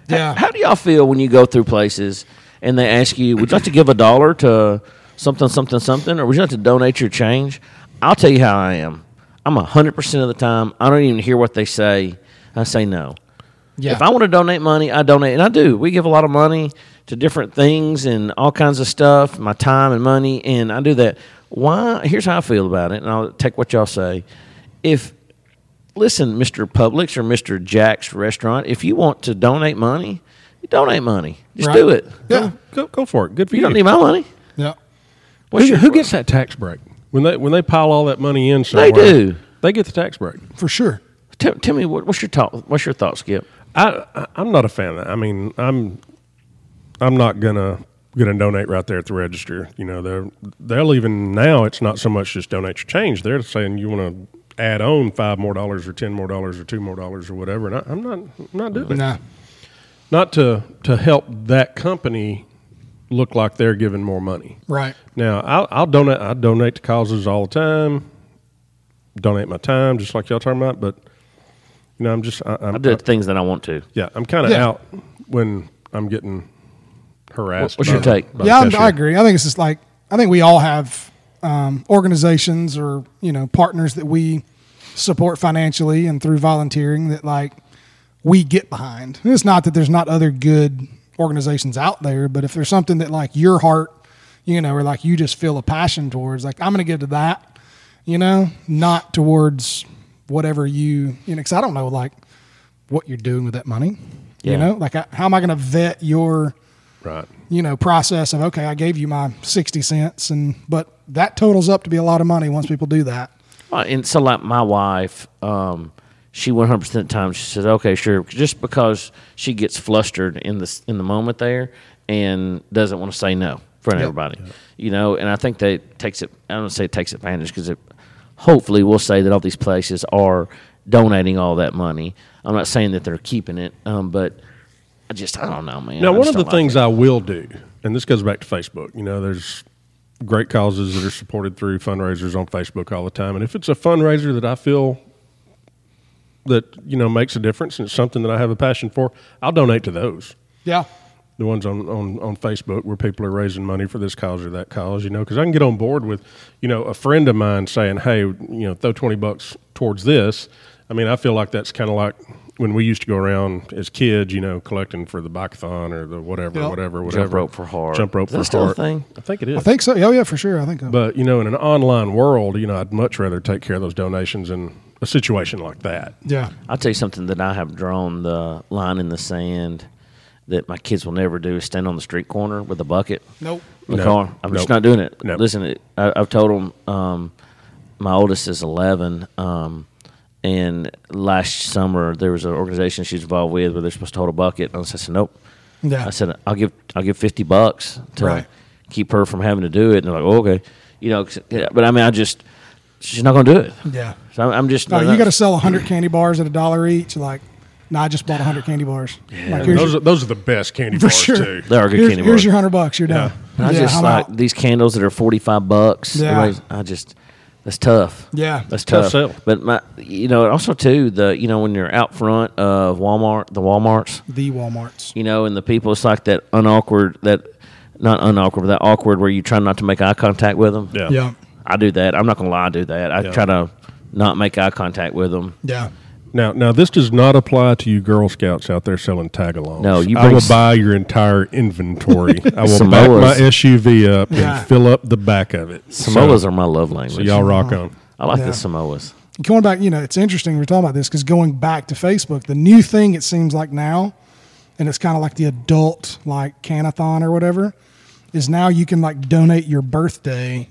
Speaker 1: H-
Speaker 3: Yeah.
Speaker 1: How, do y'all feel when you go through places and they ask you, would you like to give a dollar to something, something, something, or would you like to donate your change? I'll tell you how I am. I'm 100% of the time, I don't even hear what they say. I say no.
Speaker 3: Yeah.
Speaker 1: If I want to donate money, I donate, and I do. We give a lot of money to different things and all kinds of stuff, my time and money, and I do that. Why? Here's how I feel about it, and I'll take what y'all say. If listen, Mr. Publix or Mr. Jack's restaurant, if you want to donate money, you donate money. Just
Speaker 3: Right.
Speaker 1: do it.
Speaker 3: Yeah.
Speaker 2: Go, go for it. Good for
Speaker 1: You
Speaker 2: you.
Speaker 1: don't need my money.
Speaker 3: Yeah.
Speaker 1: What's
Speaker 2: who,
Speaker 1: your-
Speaker 2: who gets that tax break when they when they pile all that money in? Somewhere,
Speaker 1: do.
Speaker 2: They get the tax break.
Speaker 3: For sure.
Speaker 1: Tell, tell me what, what's your thought? What's your thought, Skip?
Speaker 2: I, I I'm not a fan of that. I mean, I'm I'm not gonna gonna donate right there at the register. You know, they're they'll even now it's not so much just donate your change. They're saying you want to add on five more dollars or ten more dollars or two more dollars or whatever. And I, I'm not I'm not doing it.
Speaker 3: Nah.
Speaker 2: Not to to help that company look like they're giving more money.
Speaker 3: Right.
Speaker 2: Now I'll, I'll donate. I donate to causes all the time. Donate my time, just like y'all talking about. But you know, I'm just. I, I'm,
Speaker 1: I do things that I want to.
Speaker 2: yeah, I'm kind of
Speaker 3: Yeah.
Speaker 2: out when I'm getting harassed.
Speaker 1: What's
Speaker 2: by
Speaker 1: your
Speaker 2: the-
Speaker 1: take?
Speaker 2: by the
Speaker 3: Yeah, I'm,
Speaker 2: cashier.
Speaker 3: I agree. I think it's just like I think we all have um, organizations or you know partners that we support financially and through volunteering that like we get behind. And it's not that there's not other good organizations out there, but if there's something that like your heart, you know, or like you just feel a passion towards, like I'm going to give to that, you know, not towards whatever you you know. Because I don't know like what you're doing with that money.
Speaker 1: Yeah.
Speaker 3: You know, like I, how am I going to vet your
Speaker 2: Right.
Speaker 3: you know process of okay i gave you my 60 cents and but that totals up to be a lot of money once people do that
Speaker 1: Uh, and so, like my wife, um, she one hundred percent of the time she says, "Okay, sure," just because she gets flustered in the in the moment there and doesn't want to say no in front of
Speaker 3: Yep.
Speaker 1: everybody, you know. And I think that takes it. I don't say it takes advantage because it. Hopefully, we'll say that all these places are donating all that money. I'm not saying that they're keeping it, um, but I just I don't know, man.
Speaker 2: Now,
Speaker 1: I
Speaker 2: one
Speaker 1: just
Speaker 2: of the
Speaker 1: don't like
Speaker 2: things
Speaker 1: it.
Speaker 2: I will do, and this goes back to Facebook, you know, there's great causes that are supported through fundraisers on Facebook all the time. And if it's a fundraiser that I feel that, you know, makes a difference and it's something that I have a passion for, I'll donate to those.
Speaker 3: yeah
Speaker 2: The ones on, on, on Facebook where people are raising money for this cause or that cause, you know, because I can get on board with, you know, a friend of mine saying, hey, you know, throw 20 bucks towards this. I mean, I feel like that's kind of like when we used to go around as kids, you know, collecting for the bikeathon or the whatever,
Speaker 3: Yep.
Speaker 2: whatever, whatever.
Speaker 1: Jump rope for heart.
Speaker 2: Jump rope
Speaker 1: Is that
Speaker 2: for
Speaker 1: still a
Speaker 2: heart.
Speaker 1: thing?
Speaker 2: I think it is.
Speaker 3: i think so oh yeah for sure i think so.
Speaker 2: But you know, in an online world, you know, I'd much rather take care of those donations in a situation like that.
Speaker 3: yeah
Speaker 1: I'll tell you something that I have drawn the line in the sand that my kids will never do is stand on the street corner with a bucket.
Speaker 3: Nope.
Speaker 1: In the
Speaker 2: No.
Speaker 1: car. I'm just
Speaker 2: Nope.
Speaker 1: not doing it.
Speaker 2: No.
Speaker 1: Listen, it, I, I've told them um, my oldest is 11. Um, and last summer there was an organization she's involved with where they're supposed to hold a bucket. And I said, nope.
Speaker 3: Yeah.
Speaker 1: I said, I'll give I'll give 50 bucks to
Speaker 3: Right.
Speaker 1: keep her from having to do it. And they're like, oh, okay. You know, 'cause- yeah, but I mean, I just, she's not going to do it.
Speaker 3: yeah
Speaker 1: So I'm, I'm just,
Speaker 3: no,
Speaker 1: not-
Speaker 3: you got to sell 100 candy bars at a dollar each like no i just bought 100 candy bars like, here's
Speaker 2: Those
Speaker 3: your-
Speaker 2: are, those are the best candy
Speaker 3: for
Speaker 2: bars
Speaker 3: sure
Speaker 2: too.
Speaker 1: They are good
Speaker 3: here's,
Speaker 1: candy
Speaker 3: here's
Speaker 1: bars.
Speaker 3: your 100 bucks you're done
Speaker 1: And I
Speaker 3: Yeah,
Speaker 1: just
Speaker 3: I'm
Speaker 1: like
Speaker 3: out.
Speaker 1: these candles that are forty five bucks.
Speaker 3: Yeah.
Speaker 1: Everybody's- I just that's tough.
Speaker 3: Yeah.
Speaker 1: that's
Speaker 2: Tough
Speaker 1: tough.
Speaker 2: sell.
Speaker 1: But my, you know, and also too the you know when you're out front of Walmart, the WalMarts,
Speaker 3: the walmarts
Speaker 1: you know, and the people, it's like that unawkward that not unawkward, but that awkward where you try not to make eye contact with them.
Speaker 2: Yeah.
Speaker 3: yeah
Speaker 1: I do that. I'm not gonna lie, I do that. I
Speaker 2: Yeah.
Speaker 1: try to not make eye contact with them.
Speaker 3: yeah
Speaker 2: Now, now this does not apply to you Girl Scouts out there selling tagalongs.
Speaker 1: No, you
Speaker 2: I
Speaker 1: bring
Speaker 2: will
Speaker 1: s-
Speaker 2: buy your entire inventory. I will back
Speaker 1: Samoas.
Speaker 2: my SUV up
Speaker 3: Yeah.
Speaker 2: and fill up the back of it.
Speaker 1: Samoas
Speaker 2: so,
Speaker 1: are my love language.
Speaker 2: so y'all rock on.
Speaker 1: I like the
Speaker 3: Yeah.
Speaker 1: Samoas.
Speaker 3: going back, you know, it's interesting we're talking about this because going back to Facebook, the new thing it seems like now, and it's kind of like the adult like canathon or whatever, is now you can like donate your birthday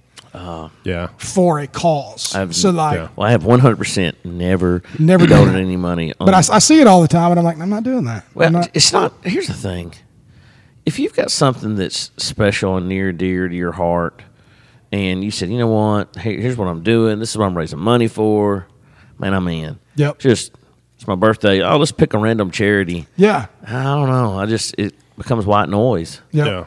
Speaker 2: Yeah,
Speaker 3: for a because
Speaker 1: I've-
Speaker 3: so like,
Speaker 2: yeah.
Speaker 1: Well, I have 100% never
Speaker 3: Never done
Speaker 1: donated
Speaker 3: it.
Speaker 1: any money. On
Speaker 3: but I, I see it all the time, and I'm like, I'm not doing that.
Speaker 1: Well,
Speaker 3: I'm not-
Speaker 1: it's not. Here's the thing: if you've got something that's special and near dear to your heart, and you said, you know what? Here, here's what I'm doing. This is what I'm raising money for. Man, I'm in.
Speaker 3: Yep.
Speaker 1: Just it's my birthday. Oh, let's pick a random charity.
Speaker 3: Yeah.
Speaker 1: I don't know. I just it becomes white noise.
Speaker 3: Yeah.
Speaker 2: Yeah.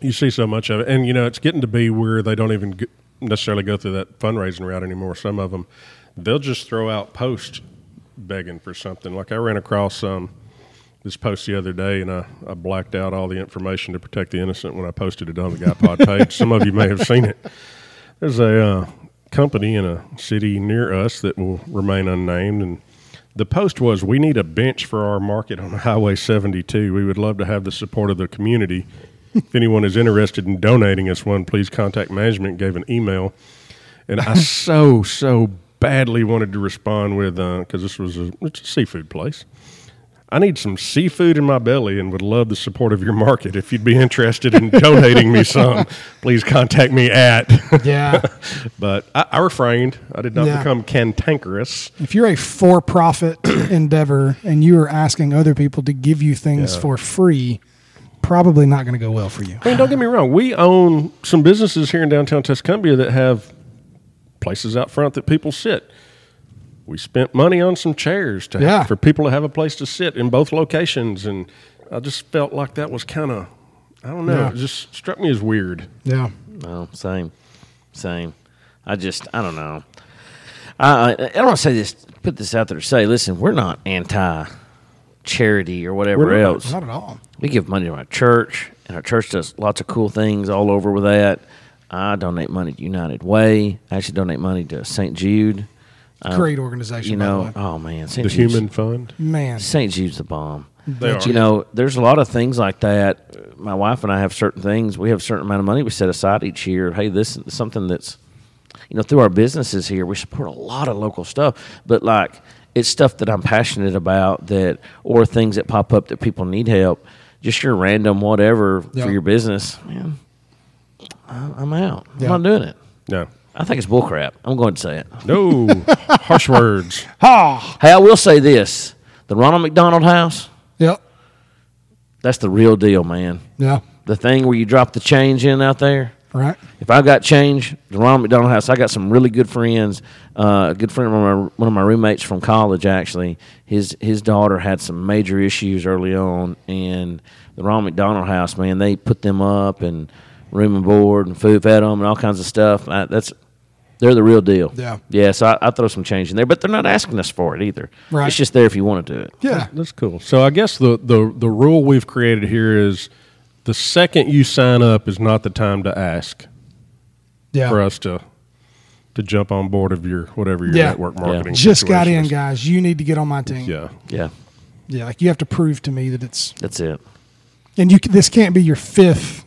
Speaker 2: You see so much of it. And, you know, it's getting to be where they don't even g- necessarily go through that fundraising route anymore. Some of them, they'll just throw out posts begging for something. Like I ran across um, this post the other day and I, I blacked out all the information to protect the innocent when I posted it on the GuyPod page. Some of you may have seen it. There's a uh, company in a city near us that will remain unnamed, and the post was, "We need a bench for our market on Highway 72. We would love to have the support of the community. if anyone is interested in donating us one, please contact management." Gave an email, and I so so badly wanted to respond with because this was a, it's a seafood place. I need some seafood in my belly and would love the support of your market. If you'd be interested in donating me some, please contact me at
Speaker 3: Yeah.
Speaker 2: but I, I refrained. I did not
Speaker 3: Yeah.
Speaker 2: become cantankerous.
Speaker 3: if you're a for profit endeavor and you are asking other people to give you things for free, probably not going to go well for you.
Speaker 2: I mean, don't get me wrong. We own some businesses here in downtown Tuscumbia that have places out front that people sit. We spent money on some chairs to
Speaker 3: Yeah.
Speaker 2: for people to have a place to sit in both locations, and I just felt like that was kind of, I don't know,
Speaker 3: Yeah.
Speaker 2: it just struck me as weird.
Speaker 3: Yeah.
Speaker 1: No, same, same. I just I don't know. I I, I don't want to say this. Put this out there to say, listen, we're not anti charity or whatever
Speaker 2: We're not.
Speaker 1: else.
Speaker 3: Not at all.
Speaker 1: We give money to our church, and our church does lots of cool things all over with that. I donate money to United Way. I actually donate money to St. Jude.
Speaker 3: Great
Speaker 1: Um, You
Speaker 3: organization. by the
Speaker 1: know,
Speaker 3: way.
Speaker 1: oh man, St.
Speaker 2: The
Speaker 1: Jude's,
Speaker 2: human fund.
Speaker 3: man.
Speaker 1: St. Jude's the bomb.
Speaker 2: They
Speaker 1: But, you
Speaker 2: are.
Speaker 1: know, there's a lot of things like that. My wife and I have certain things. We have a certain amount of money we set aside each year. Hey, this is something that's, you know, through our businesses here, we support a lot of local stuff. But like, it's stuff that I'm passionate about that, or things that pop up that people need help. Just your random whatever
Speaker 3: Yeah.
Speaker 1: for your business, man. I- I'm out.
Speaker 3: Yeah.
Speaker 1: I'm not doing it.
Speaker 2: No,
Speaker 1: I think it's bullcrap. I'm going to say it.
Speaker 2: no harsh words.
Speaker 3: Ha.
Speaker 1: Hey, I will say this: the Ronald McDonald House.
Speaker 3: Yep.
Speaker 1: That's the real deal, man.
Speaker 3: Yeah.
Speaker 1: the thing where you drop the change in out there.
Speaker 3: Right.
Speaker 1: If I got change, the Ronald McDonald House, I got some really good friends. Uh, a good friend, one of, my, one of my roommates from college, actually, his his daughter had some major issues early on, and the Ronald McDonald House, man, they put them up and room and board and food fed them and all kinds of stuff. I, that's they're the real deal.
Speaker 3: Yeah.
Speaker 1: Yeah. So I, I throw some change in there, but they're not asking us for it either.
Speaker 3: Right.
Speaker 1: It's just there if you want to do it.
Speaker 3: Yeah.
Speaker 2: That's cool. So I guess the, the, the rule we've created here is the second you sign up is not the time to ask
Speaker 3: Yeah.
Speaker 2: for us to to jump on board of your whatever your
Speaker 3: Yeah.
Speaker 2: network marketing.
Speaker 3: Just got
Speaker 2: situation
Speaker 3: in,
Speaker 2: is.
Speaker 3: guys. You need to get on my team.
Speaker 2: Yeah.
Speaker 1: Yeah.
Speaker 3: Yeah, Like you have to prove to me that it's
Speaker 1: That's it.
Speaker 3: and you. c- This can't be your fifth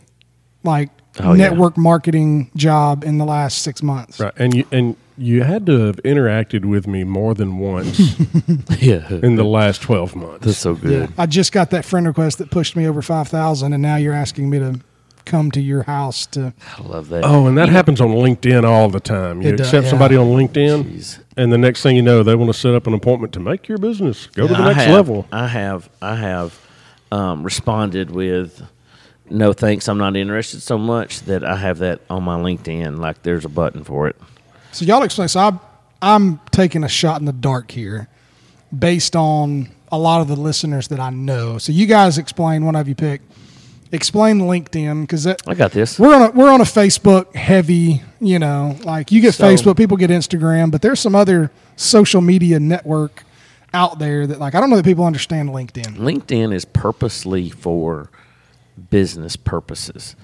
Speaker 3: like
Speaker 1: Oh, yeah.
Speaker 3: network marketing job in the last six months.
Speaker 2: Right. And you and you had to have interacted with me more than once
Speaker 1: yeah.
Speaker 2: in the last twelve months.
Speaker 1: That's so good.
Speaker 3: Yeah. I just got that friend request that pushed me over 5,000, and now you're asking me to come to your house to.
Speaker 1: I love that.
Speaker 2: Oh, and that happens on LinkedIn all the time. You
Speaker 3: It does,
Speaker 2: accept
Speaker 3: yeah.
Speaker 2: somebody on LinkedIn,
Speaker 1: Jeez.
Speaker 2: and the next thing you know, they want to set up an appointment to make your business go to
Speaker 1: Yeah,
Speaker 2: the next
Speaker 1: I have,
Speaker 2: level.
Speaker 1: I have, I have um, responded with, "No thanks, I'm not interested." So much that I have that on my LinkedIn. Like there's a button for it.
Speaker 3: So, y'all explain. So, I'm, I'm taking a shot in the dark here based on a lot of the listeners that I know. So, you guys explain, one of you pick, explain LinkedIn because that.
Speaker 1: I got this.
Speaker 3: We're on a, we're on a Facebook heavy, you know, like you get
Speaker 1: So-
Speaker 3: Facebook, people get Instagram, but there's some other social media network out there that like I don't know that people understand LinkedIn.
Speaker 1: LinkedIn is purposely for business purposes.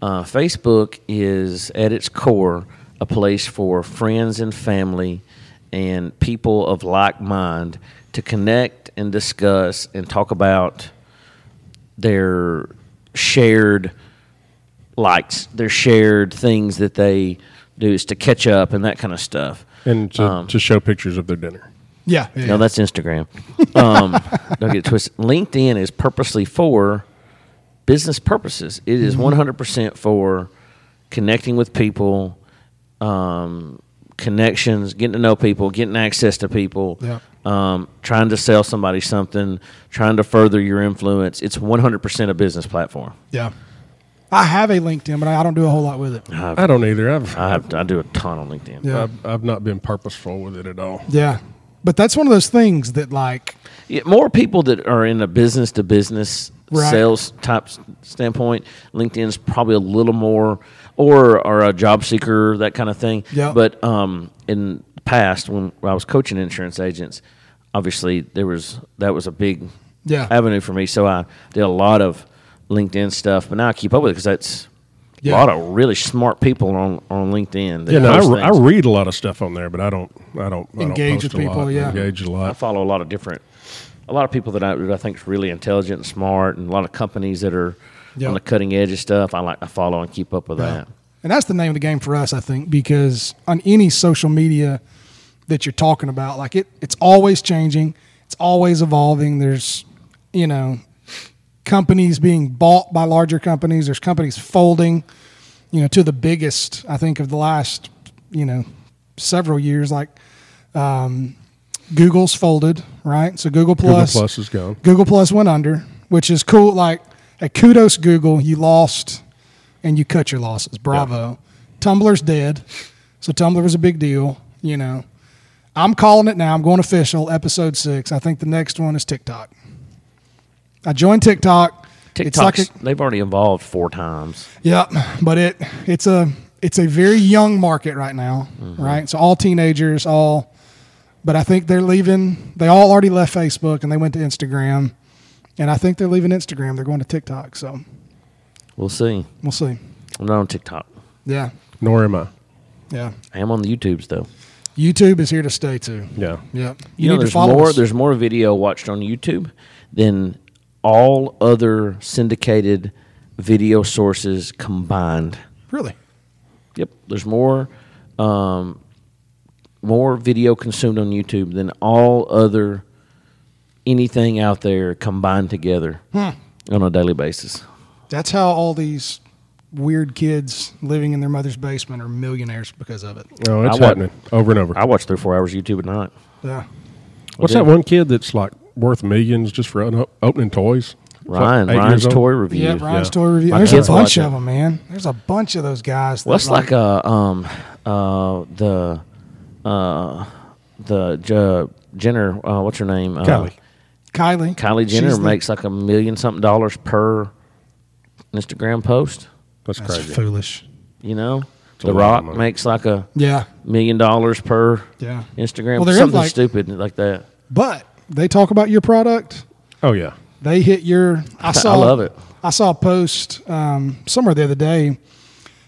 Speaker 1: Uh, Facebook is at its core a place for friends and family and people of like mind to connect and discuss and talk about their shared likes, their shared things that they do is to catch up and that kind of stuff.
Speaker 2: And to,
Speaker 3: Um,
Speaker 2: to show pictures of their dinner.
Speaker 3: Yeah. yeah.
Speaker 1: No, that's Instagram. Um, don't get it twisted. LinkedIn is purposely for business purposes. It
Speaker 3: Mm-hmm.
Speaker 1: is 100% for connecting with people, um, connections, getting to know people, getting access to people,
Speaker 3: Yeah.
Speaker 1: um, trying to sell somebody something, trying to further your influence. It's 100% a business platform.
Speaker 3: yeah. I have a LinkedIn, but I I don't do a whole lot with it.
Speaker 1: Uh-huh.
Speaker 2: I don't either. I've
Speaker 1: I have, I do a ton on LinkedIn.
Speaker 3: Yeah.
Speaker 2: I've, I've not been purposeful with it at all.
Speaker 3: Yeah. But that's one of those things that, like,
Speaker 1: Yeah, more people that are in a business to business
Speaker 3: Right.
Speaker 1: sales type s- standpoint, LinkedIn's probably a little more, or are a job seeker that kind of thing.
Speaker 3: Yeah.
Speaker 1: But um, in the past, when I was coaching insurance agents, obviously there was that was a big
Speaker 3: Yeah.
Speaker 1: avenue for me. So I did a lot of LinkedIn stuff, but now I keep up with it because that's
Speaker 3: Yeah.
Speaker 1: a lot of really smart people on on LinkedIn. that
Speaker 2: Yeah, no, I,
Speaker 1: post
Speaker 2: re- I
Speaker 1: things.
Speaker 2: read a lot of stuff on there, but I don't, I don't I don't
Speaker 3: Engage
Speaker 2: post
Speaker 3: with
Speaker 2: a lot,
Speaker 3: people, yeah.
Speaker 2: engage a
Speaker 1: I
Speaker 2: lot.
Speaker 1: follow a lot of different, a lot of people that I, that I think is really intelligent and smart, and a lot of companies that are
Speaker 3: Yeah.
Speaker 1: on the cutting edge of stuff. I like I follow and keep up with that.
Speaker 3: and that's the name of the game for us, I think, because on any social media that you're talking about, like, it, it's always changing, it's always evolving. There's, you know, companies being bought by larger companies, there's companies folding, you know, to the biggest, I think, of the last, you know, several years. Like, um, Google's folded, right? So Google Plus,
Speaker 2: Plus is gone.
Speaker 3: Google Plus went under, which is cool. Like, hey, kudos Google, you lost and you cut your losses. Bravo. Tumblr's dead, so Tumblr was a big deal. You know, I'm calling it now. I'm going official. Episode six. I think the next one is TikTok. I joined TikTok. It's
Speaker 1: TikTok's
Speaker 3: like a,
Speaker 1: they've already evolved four times.
Speaker 3: Yep, but it it's a it's a very young market right now,
Speaker 1: Mm-hmm.
Speaker 3: right? So all teenagers, all. But I think they're leaving. They all already left Facebook and they went to Instagram, and I think they're leaving Instagram. They're going to TikTok. So
Speaker 1: We'll see.
Speaker 3: we'll see.
Speaker 1: I'm not on TikTok.
Speaker 3: Yeah,
Speaker 2: Nor am I.
Speaker 3: yeah.
Speaker 1: I am on the YouTubes though.
Speaker 3: YouTube is here to stay too.
Speaker 2: Yeah.
Speaker 3: Yep.
Speaker 1: You, know, there's more. There's more video watched on YouTube than all other syndicated video sources combined.
Speaker 3: really.
Speaker 1: Yep, there's more um, more video consumed on YouTube than all other anything out there combined together
Speaker 2: Hmm.
Speaker 1: on a daily basis.
Speaker 3: That's how all these weird kids living in their mother's basement are millionaires because of it.
Speaker 2: No, it's
Speaker 1: I wa-
Speaker 2: happening over and over.
Speaker 1: I watch three or four hours of YouTube a night.
Speaker 3: Yeah.
Speaker 2: What's
Speaker 1: did-
Speaker 2: that one kid that's like worth millions just for un- opening toys? It's like
Speaker 1: Ryan,
Speaker 2: eight
Speaker 1: Ryan's
Speaker 2: years old.
Speaker 1: toy review.
Speaker 3: Yeah, Ryan's
Speaker 2: yeah.
Speaker 3: toy review.
Speaker 1: My
Speaker 3: There's a
Speaker 1: kids
Speaker 3: bunch
Speaker 1: watch it.
Speaker 3: of them, man. There's a bunch of those guys.
Speaker 1: Well, it's
Speaker 3: that
Speaker 1: like a um uh the uh the J- Jenner uh, what's her name uh,
Speaker 2: Kylie.
Speaker 3: Kylie.
Speaker 1: Kylie
Speaker 3: She's
Speaker 1: Jenner
Speaker 3: the-
Speaker 1: makes like a million something dollars per Instagram post.
Speaker 2: That's,
Speaker 3: That's
Speaker 2: crazy.
Speaker 3: foolish.
Speaker 1: You know,
Speaker 2: a
Speaker 1: The
Speaker 2: lot of
Speaker 1: Rock
Speaker 2: money.
Speaker 1: makes like a
Speaker 3: Yeah,
Speaker 1: million dollars per
Speaker 3: Yeah.
Speaker 1: Instagram.
Speaker 3: Well, there is,
Speaker 1: something
Speaker 3: like-
Speaker 1: stupid like that.
Speaker 3: but they talk about your product.
Speaker 2: Oh yeah.
Speaker 3: They hit your. I saw.
Speaker 1: love it.
Speaker 3: I saw a post um, somewhere the other day.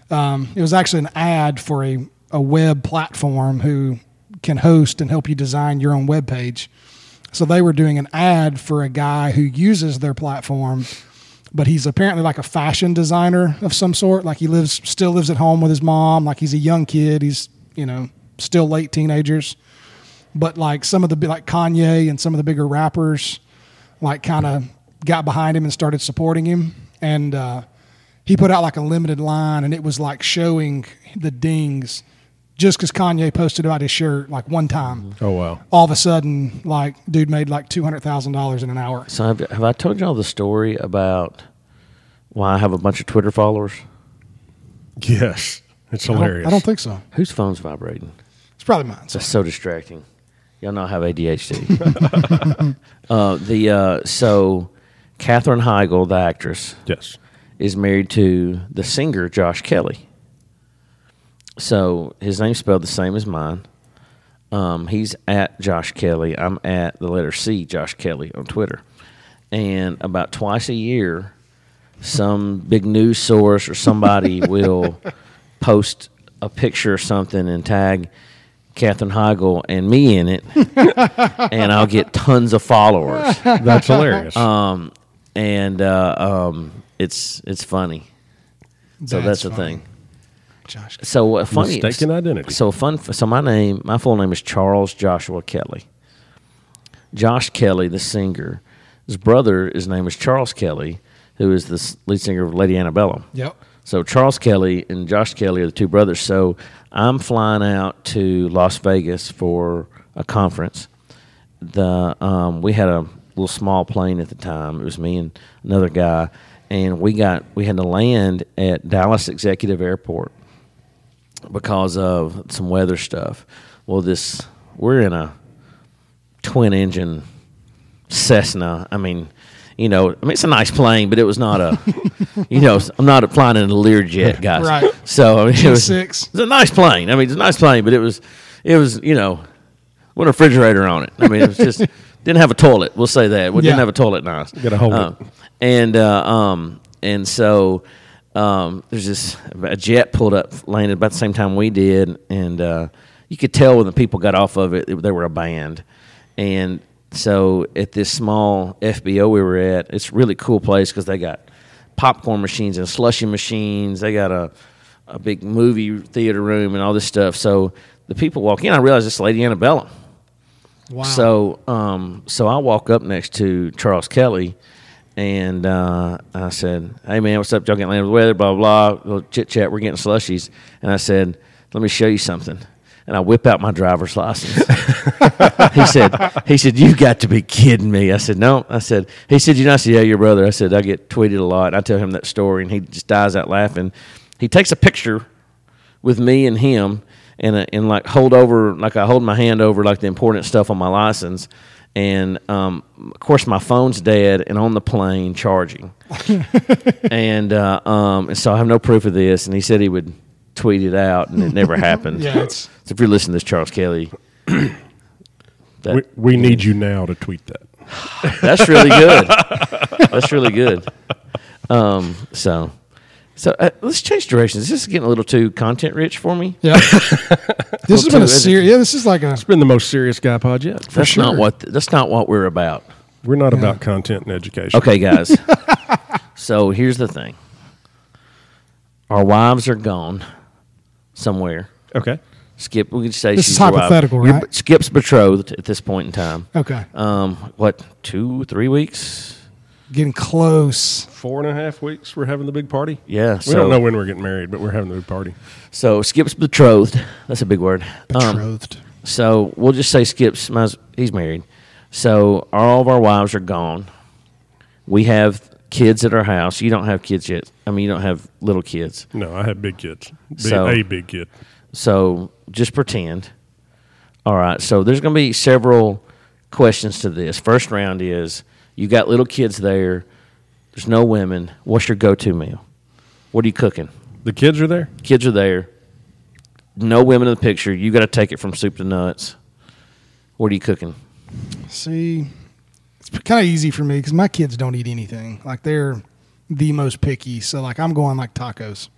Speaker 3: Um, it was actually an ad for a a web platform who can host and help you design your own web page. So they were doing an ad for a guy who uses their platform, but he's apparently like a fashion designer of some sort. Like he lives still lives at home with his mom. Like he's a young kid. He's you know still late teenagers. but like some of the bi- like Kanye and some of the bigger rappers, like kind of got behind him and started supporting him. And uh, he put out like a limited line, and it was like showing the dings just because Kanye posted about his shirt like one
Speaker 1: Mm-hmm.
Speaker 3: time.
Speaker 2: Oh wow.
Speaker 3: All of a sudden, like dude made like two hundred thousand dollars in an hour.
Speaker 1: So have, have I told y'all the story about why I have a bunch of Twitter followers?
Speaker 2: Yes. It's
Speaker 3: I
Speaker 2: hilarious.
Speaker 3: don't, I don't think so.
Speaker 1: Whose phone's vibrating?
Speaker 3: It's probably mine. So.
Speaker 1: That's so distracting. Y'all know I have ADHD. uh, the uh, so Katherine Heigl, the actress,
Speaker 2: Yes.
Speaker 1: is married to the singer Josh Kelly. So his name's spelled the same as mine. Um, he's at Josh Kelly. I'm at the letter C, Josh Kelly on Twitter. And about twice a year, some big news source or somebody will post a picture or something and tag Katherine Heigl and me in it. and I'll get tons of followers
Speaker 2: That's hilarious.
Speaker 1: and uh, um, it's it's funny. So that's, the
Speaker 3: funny.
Speaker 1: thing.
Speaker 3: Josh.
Speaker 1: So uh, funny
Speaker 2: Mistaken identity.
Speaker 1: So fun. So my name, my full name is Charles Joshua Kelly. Josh Kelly, the singer, his brother, his name is Charles Kelly, who is the s- lead singer of Lady Antebellum.
Speaker 3: Yep.
Speaker 1: So Charles Kelly and Josh Kelly are the two brothers. So I'm flying out to Las Vegas for a conference. The um, we had a little small plane at the time. It was me and another guy, and we got we had to land at Dallas Executive Airport because of some weather stuff. Well, this we're in a twin engine Cessna. I mean, you know, I mean it's a nice plane, but it was not a, you know, I'm not flying in a Learjet, guys.
Speaker 3: Right.
Speaker 1: So I mean, it was
Speaker 3: G6.
Speaker 1: It's a nice plane. I mean, it's a nice plane, but it was, it was, you know, with a refrigerator on it. I mean, it was just didn't have a toilet. We'll say that. We
Speaker 3: Yeah.
Speaker 1: didn't have a toilet. Nice.
Speaker 2: Gotta hold
Speaker 1: Uh,
Speaker 2: it.
Speaker 1: and uh, um, and so um, there's this a jet pulled up, landed about the same time we did, and uh, you could tell when the people got off of it, they were a band, and so at this small FBO we were at, it's a really cool place because they got popcorn machines and slushy machines. They got a a big movie theater room and all this stuff. So the people walk in, I realize it's Lady Annabella.
Speaker 3: Wow.
Speaker 1: So, um, so I walk up next to Charles Kelly, and uh, I said, "Hey man, what's up? Y'all getting land with the weather? Blah blah. blah. Chit chat. We're getting slushies." And I said, "Let me show you something." And I whip out my driver's license. he said, "He said you got to be kidding me." I said, "No." I said, "He said you know." I said, "Yeah, your brother." I said, "I get tweeted a lot." I tell him that story, and he just dies out laughing. He takes a picture with me and him, and uh, and like hold over, like I hold my hand over like the important stuff on my license, and um, of course my phone's dead and on the plane charging and uh, um, and so I have no proof of this. And he said he would tweet it out, and it never happened.
Speaker 3: Yeah, it's-
Speaker 1: so if you're listening to this, Charles Kelly, that,
Speaker 2: We, we need you now to tweet that.
Speaker 1: that's really good. that's really good. Um, so so uh, let's change directions. This is getting a little too content rich for me.
Speaker 3: yeah. this has been
Speaker 1: too,
Speaker 3: a
Speaker 1: is it?
Speaker 3: serious. Yeah, this is like a.
Speaker 2: It's been the most serious guy pod yet.
Speaker 1: That's not
Speaker 3: sure.
Speaker 1: what that's not what we're about.
Speaker 2: We're not about content and education.
Speaker 1: Okay, guys. so here's the thing. Our wives are gone somewhere.
Speaker 2: Okay.
Speaker 1: Skip, we could say
Speaker 3: This
Speaker 1: she's
Speaker 3: is
Speaker 1: your wife.
Speaker 3: hypothetical,
Speaker 1: You're-
Speaker 3: right?
Speaker 1: Skip's betrothed at this point in time.
Speaker 3: Okay.
Speaker 1: Um, what two, three weeks?
Speaker 3: Getting close.
Speaker 2: Four and a half weeks. We're having the big party.
Speaker 1: Yeah,
Speaker 2: We
Speaker 1: so-
Speaker 2: don't know when we're getting married, but we're having the big party.
Speaker 1: So Skip's betrothed. That's a big word. Um,
Speaker 3: Betrothed.
Speaker 1: so we'll just say Skip's. might as- He's married. So all of our wives are gone. We have kids at our house. You don't have kids yet. I mean, you don't have little kids.
Speaker 2: No, I have big kids. Big,
Speaker 1: So-
Speaker 2: a big kid.
Speaker 1: So just pretend. All right. So there's going to be several questions to this. First round is you got little kids there. There's no women. What's your go-to meal? What are you cooking?
Speaker 2: The kids are there.
Speaker 1: Kids are there. No women in the picture. You got to take it from soup to nuts. What are you cooking?
Speaker 3: See, it's kind of easy for me because my kids don't eat anything. Like they're the most picky. So like I'm going like tacos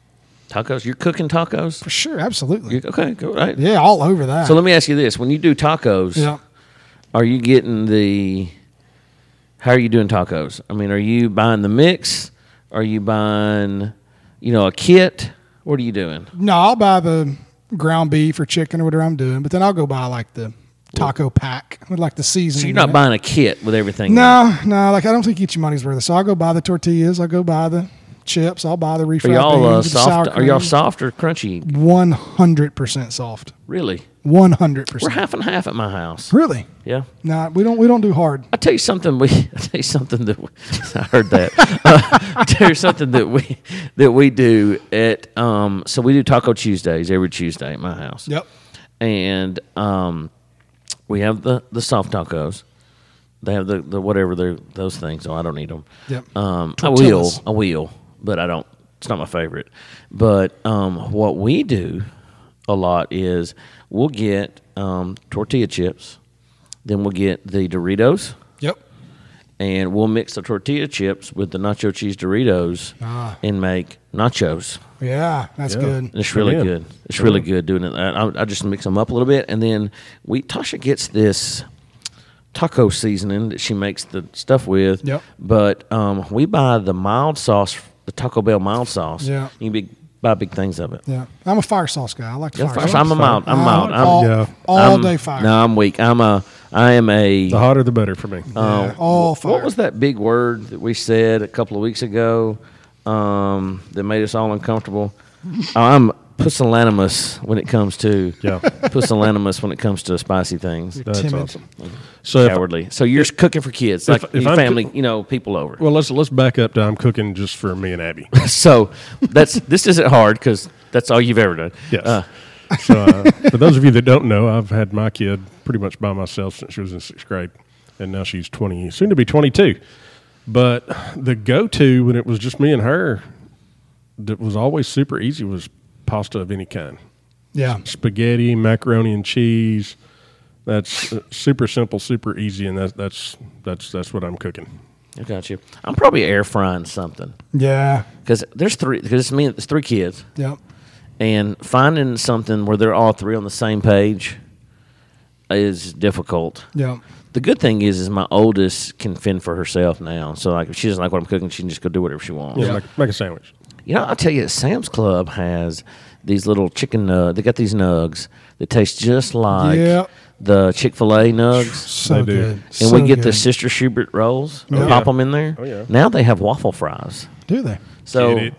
Speaker 1: Tacos. You're cooking tacos.
Speaker 3: for sure. Absolutely.
Speaker 1: You- Okay. Go right.
Speaker 3: Yeah, all over that.
Speaker 1: So let me ask you this: When you do tacos,
Speaker 3: yeah.
Speaker 1: are you getting the how are you doing tacos i mean are you buying the mix are you buying you know a kit what are you doing
Speaker 3: No, I'll buy the ground beef or chicken or whatever I'm doing, but then I'll go buy like the taco pack with like the seasoning.
Speaker 1: so you're
Speaker 3: in
Speaker 1: not
Speaker 3: it.
Speaker 1: buying a kit with everything in it.
Speaker 3: No, no. Like I don't think each your money's worth. it. So I'll go buy the tortillas. I'll go buy the chips. I'll buy the refried
Speaker 1: are y'all uh,
Speaker 3: beans. with the sour
Speaker 1: soft are y'all
Speaker 3: cream.
Speaker 1: soft or crunchy
Speaker 3: One hundred percent soft.
Speaker 1: really
Speaker 3: One hundred
Speaker 1: we're
Speaker 3: percent.
Speaker 1: half and half at my house
Speaker 3: Really?
Speaker 1: yeah
Speaker 3: No, we don't. We don't do hard.
Speaker 1: I tell you something. We I tell you something that we, I heard that. Uh, I tell you something that we that we do at. Um, so we do Taco Tuesdays every Tuesday at my house.
Speaker 3: Yep.
Speaker 1: and um, we have the, the soft tacos. They have the, the whatever they're, those things. So I don't need them.
Speaker 3: Yep.
Speaker 1: Um, I will.
Speaker 3: Tortillas.
Speaker 1: I will, but I don't. It's not my favorite. But um, what we do a lot is we'll get um, tortilla chips, then we'll get the Doritos
Speaker 3: Yep.
Speaker 1: and we'll mix the tortilla chips with the nacho cheese Doritos
Speaker 3: Ah.
Speaker 1: and make nachos.
Speaker 3: Yeah, that's
Speaker 2: Yeah.
Speaker 1: And
Speaker 3: good.
Speaker 1: it's really
Speaker 2: Again.
Speaker 1: good. It's really
Speaker 3: Uh-huh.
Speaker 1: good doing it. I, I- I just mix them up a little bit, and then we Tasha gets this taco seasoning that she makes the stuff with.
Speaker 3: Yep.
Speaker 1: But um, we buy the mild sauce, the Taco Bell mild sauce.
Speaker 3: Yeah.
Speaker 1: You can big, buy big things of it.
Speaker 3: Yeah, I'm a fire sauce guy. I like the
Speaker 1: Yeah,
Speaker 3: fire
Speaker 1: fire-
Speaker 3: sauce.
Speaker 1: I'm a mild. I'm
Speaker 3: Uh,
Speaker 1: mild. I'm,
Speaker 3: all,
Speaker 2: Yeah.
Speaker 3: all
Speaker 1: I'm-
Speaker 3: day fire.
Speaker 1: No, I'm weak. I'm a. I am a.
Speaker 2: The hotter the better for me.
Speaker 1: Uh,
Speaker 3: Yeah, all fire.
Speaker 1: What was that big word that we said a couple of weeks ago um, that made us all uncomfortable? I'm pusillanimous when it comes to
Speaker 2: Yeah.
Speaker 1: pusillanimous when it comes to spicy things.
Speaker 2: That's
Speaker 3: Timid.
Speaker 2: awesome. So if-
Speaker 1: Cowardly. So you're cooking for kids, like
Speaker 2: if
Speaker 1: your
Speaker 2: I'm
Speaker 1: family, you know, people over.
Speaker 2: well, let's let's back up to I'm cooking just for me and Abby.
Speaker 1: so that's this isn't hard because that's all you've ever done.
Speaker 2: Yes.
Speaker 1: Uh,
Speaker 2: so uh, for those of you that don't know, I've had my kid pretty much by myself since she was in sixth grade, and now she's twenty, soon to be twenty-two. But the go-to when it was just me and her, that was always super easy was pasta of any kind.
Speaker 3: Yeah.
Speaker 2: spaghetti, macaroni and cheese. That's uh, super simple, super easy, and that's that's that's that's what I'm cooking.
Speaker 1: I got you. I'm probably air frying something
Speaker 3: Yeah.
Speaker 1: because there's three because it's me. It's three kids.
Speaker 3: Yep.
Speaker 1: and finding something where they're all three on the same page is difficult.
Speaker 3: Yep.
Speaker 1: The good thing is, is my oldest can fend for herself now. So like, if she doesn't like what I'm cooking, she can just go do whatever she wants.
Speaker 2: Yeah, Make, make a sandwich.
Speaker 1: You know, I'll tell you, Sam's Club has these little chicken nugs. They got these nugs that taste just like
Speaker 3: Yep.
Speaker 1: the Chick Fil A nugs.
Speaker 3: So
Speaker 2: They do.
Speaker 3: good.
Speaker 2: And
Speaker 1: And
Speaker 3: So
Speaker 1: we get the
Speaker 3: good.
Speaker 1: Sister Schubert rolls. and
Speaker 3: yeah.
Speaker 1: Pop them in there.
Speaker 2: Oh, yeah.
Speaker 1: Now they have waffle fries.
Speaker 3: Do they?
Speaker 1: So
Speaker 2: Get it.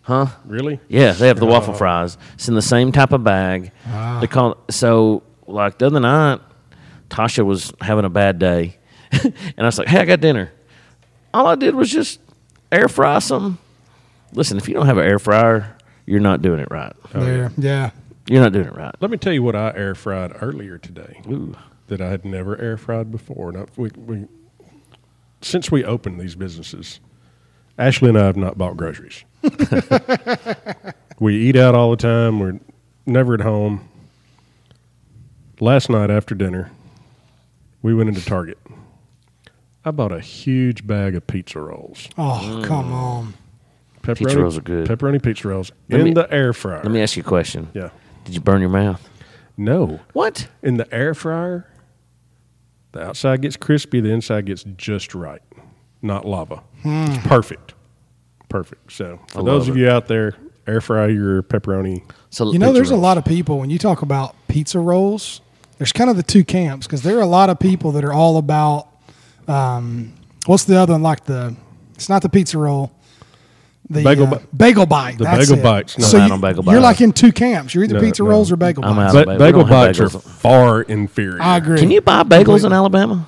Speaker 2: Huh? Really?
Speaker 1: Yeah, they have the
Speaker 3: Uh-huh.
Speaker 1: waffle fries. It's in the same type of bag.
Speaker 3: Ah.
Speaker 1: They call so like the other night, Tasha was having a bad day, and I was like, "Hey, I got dinner." All I did was just air fry some. Listen, if you don't have an air fryer, you're not doing it right.
Speaker 3: there. Yeah.
Speaker 1: You're not doing it right.
Speaker 2: Let me tell you what I air fried earlier today that I had never air fried before. And I, we, we, since we opened these businesses, Ashley and I have not bought groceries. we eat out all the time. We're never at home. Last night after dinner, we went into Target. I bought a huge bag of pizza rolls.
Speaker 3: Oh,
Speaker 1: Mm.
Speaker 3: come on.
Speaker 2: Pepperoni,
Speaker 1: rolls are good.
Speaker 2: Pepperoni pizza rolls
Speaker 1: Let
Speaker 2: in
Speaker 1: me-
Speaker 2: the air fryer.
Speaker 1: Let me ask you a question.
Speaker 2: yeah.
Speaker 1: Did you burn your mouth?
Speaker 2: No.
Speaker 1: What?
Speaker 2: in the air fryer, the outside gets crispy, the inside gets just right, not lava. It's perfect, perfect. So for
Speaker 1: I
Speaker 2: those
Speaker 1: love
Speaker 2: of you out there, air fry your pepperoni.
Speaker 1: So
Speaker 3: You know, there's a lot of people when you talk about pizza rolls. There's kind of the two camps because there are a lot of people that are all about um, what's the other one like the it's not the pizza roll. The
Speaker 2: Bagel
Speaker 3: uh,
Speaker 2: bi-
Speaker 3: bagel bite.
Speaker 2: The
Speaker 3: that's
Speaker 2: bagel
Speaker 3: it.
Speaker 2: bites. No,
Speaker 3: so
Speaker 1: I'm
Speaker 3: you,
Speaker 1: out on bagel
Speaker 3: You're
Speaker 1: bites.
Speaker 3: like in two camps. You're either
Speaker 2: No,
Speaker 3: pizza
Speaker 2: no.
Speaker 3: rolls or bagel
Speaker 1: I'm
Speaker 3: bites.
Speaker 1: out.
Speaker 2: But
Speaker 1: Ba- we
Speaker 2: bagel
Speaker 1: don't have
Speaker 2: bites are
Speaker 1: bagels.
Speaker 2: far inferior.
Speaker 3: I agree.
Speaker 1: Can you buy bagels in Alabama?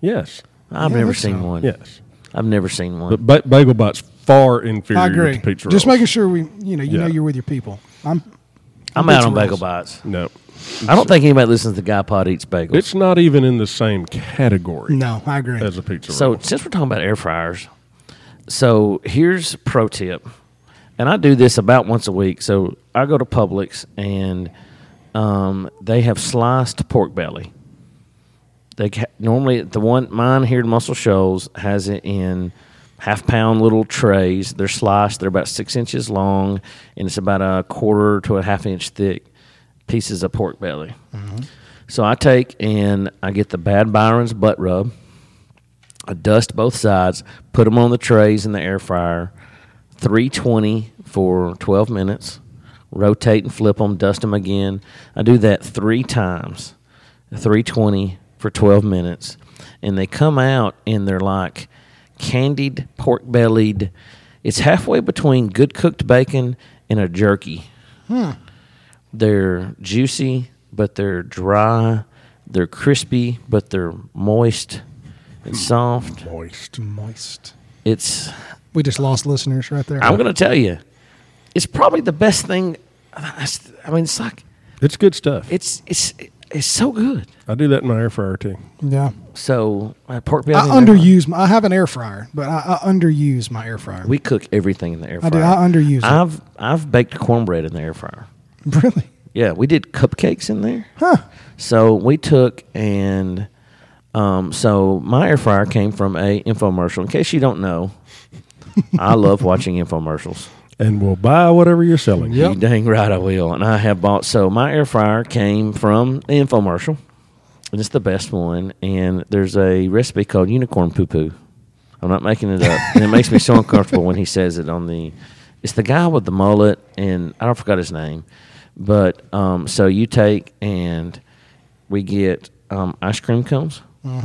Speaker 2: Yes,
Speaker 1: I've
Speaker 3: Yeah, I
Speaker 1: never
Speaker 3: think
Speaker 1: seen
Speaker 3: so.
Speaker 1: one.
Speaker 2: yes.
Speaker 1: I've never seen one.
Speaker 2: But ba- bagel bites far inferior
Speaker 3: I agree.
Speaker 2: to pizza rolls.
Speaker 3: Just making sure we, you know, you know,
Speaker 2: Yeah.
Speaker 3: you're with your people. I'm
Speaker 1: I'm out
Speaker 3: pizza
Speaker 1: on bagel bites.
Speaker 3: rolls.
Speaker 2: No,
Speaker 1: I don't think anybody listens to Guy Pod Eats Bagels.
Speaker 2: it's not even in the same category
Speaker 3: no, I agree.
Speaker 2: as a pizza
Speaker 1: so
Speaker 2: roll.
Speaker 1: since we're talking about air fryers, so here's a pro tip, and I do this about once a week. So I go to Publix and um, they have sliced pork belly. They ca- normally the one mine here at Muscle Shoals has it in half pound little trays. They're sliced. They're about six inches long, and it's about a quarter to a half inch thick pieces of pork belly. So I take and I get the Bad Byron's butt rub. I dust both sides, put them on the trays in the air fryer, 320 for 12 minutes, rotate and flip them, dust them again. I do that three times, 320 for 12 minutes. And they come out and they're like candied, pork bellied. It's halfway between good cooked bacon and a jerky. They're juicy, but they're dry. They're crispy, but they're moist and soft.
Speaker 2: Moist.
Speaker 3: Moist.
Speaker 1: It's
Speaker 3: We just lost listeners right there.
Speaker 1: I'm gonna tell you, it's probably the best thing. I mean, it's like
Speaker 2: It's good stuff.
Speaker 1: it's it's it's so good.
Speaker 2: I do that in my air fryer too.
Speaker 3: yeah.
Speaker 1: So uh, pork belly.
Speaker 3: I
Speaker 1: and everything.
Speaker 3: underuse. My, I have an air fryer, but I, I underuse my air fryer.
Speaker 1: We cook everything in the air
Speaker 3: I do.
Speaker 1: fryer.
Speaker 3: I underuse it.
Speaker 1: I've I've baked cornbread in the air fryer.
Speaker 3: really?
Speaker 1: Yeah, we did cupcakes in there.
Speaker 3: Huh.
Speaker 1: So we took and um, so my air fryer came from a infomercial. In case you don't know, I love watching infomercials.
Speaker 2: And we'll buy whatever you're selling.
Speaker 3: Yep.
Speaker 1: You dang right I will. And I have bought so my air fryer came from the infomercial. And it's the best one. And there's a recipe called unicorn poo poo. I'm not making it up. and it makes me so uncomfortable when he says it on the it's the guy with the mullet and I don't forgot his name. But um, so you take and we get um, ice cream cones.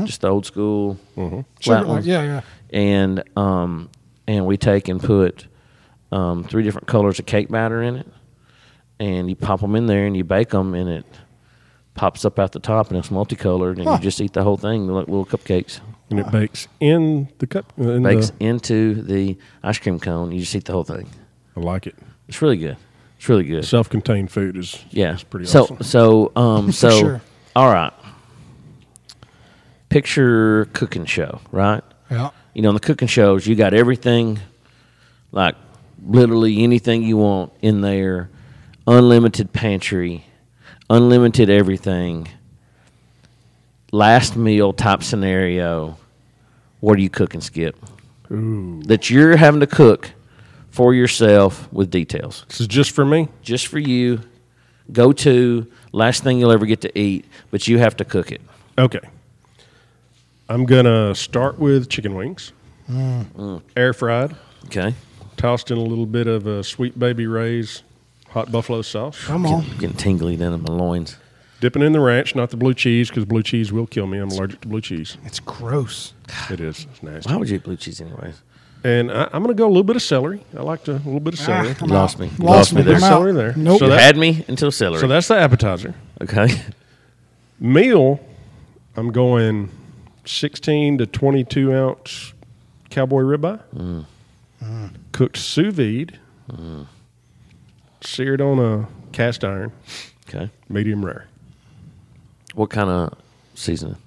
Speaker 1: Just the old school
Speaker 3: Sugar,
Speaker 1: Mm-hmm. flat
Speaker 3: like,
Speaker 1: ones
Speaker 3: yeah, yeah.
Speaker 1: and um, and we take and put um, three different colors of cake batter in it, and you pop them in there and you bake them, and it pops up out the top and it's multicolored, and
Speaker 3: Huh.
Speaker 1: you just eat the whole thing like little cupcakes.
Speaker 2: and it bakes in the cup. uh, In
Speaker 1: Bakes
Speaker 2: the,
Speaker 1: into the ice cream cone. You just eat the whole thing.
Speaker 2: I like it.
Speaker 1: It's really good. It's really good.
Speaker 2: Self-contained food is
Speaker 1: yeah,
Speaker 2: is pretty
Speaker 1: so,
Speaker 2: awesome.
Speaker 1: So um so
Speaker 3: sure.
Speaker 1: all right. Picture cooking show, right?
Speaker 3: Yeah.
Speaker 1: you know, on the cooking shows, you got everything, like literally anything you want in there, unlimited pantry, unlimited everything, last meal type scenario. What are you cooking, Skip? That you're having to cook for yourself with details
Speaker 2: This is just for me.
Speaker 1: just for you, go to, last thing you'll ever get to eat, but you have to cook it.
Speaker 2: Okay. I'm gonna start with chicken wings, air fried,
Speaker 1: Okay?
Speaker 2: tossed in a little bit of a sweet baby Ray's hot buffalo sauce,
Speaker 3: Come on.
Speaker 1: Getting tingly down in my loins.
Speaker 2: dipping in the ranch, not the blue cheese because blue cheese will kill me. I'm allergic to blue cheese.
Speaker 3: It's gross.
Speaker 2: It is it's nasty.
Speaker 1: Why would you eat blue cheese anyways?
Speaker 2: And I, I'm gonna go a little bit of celery. I like to, a little bit of celery.
Speaker 3: Ah, I'm
Speaker 1: lost
Speaker 3: out.
Speaker 1: me. You
Speaker 3: Lost,
Speaker 1: lost
Speaker 3: me.
Speaker 1: me there.
Speaker 3: I'm out.
Speaker 2: Sorry there.
Speaker 3: Nope.
Speaker 2: So
Speaker 1: You
Speaker 2: that-
Speaker 1: had me until celery.
Speaker 2: so that's the appetizer.
Speaker 1: okay.
Speaker 2: Meal, I'm going 16 to 22 ounce cowboy ribeye,
Speaker 1: Mm.
Speaker 2: cooked sous vide, seared on a cast iron,
Speaker 1: Okay.
Speaker 2: medium rare,
Speaker 1: What kind of seasoning?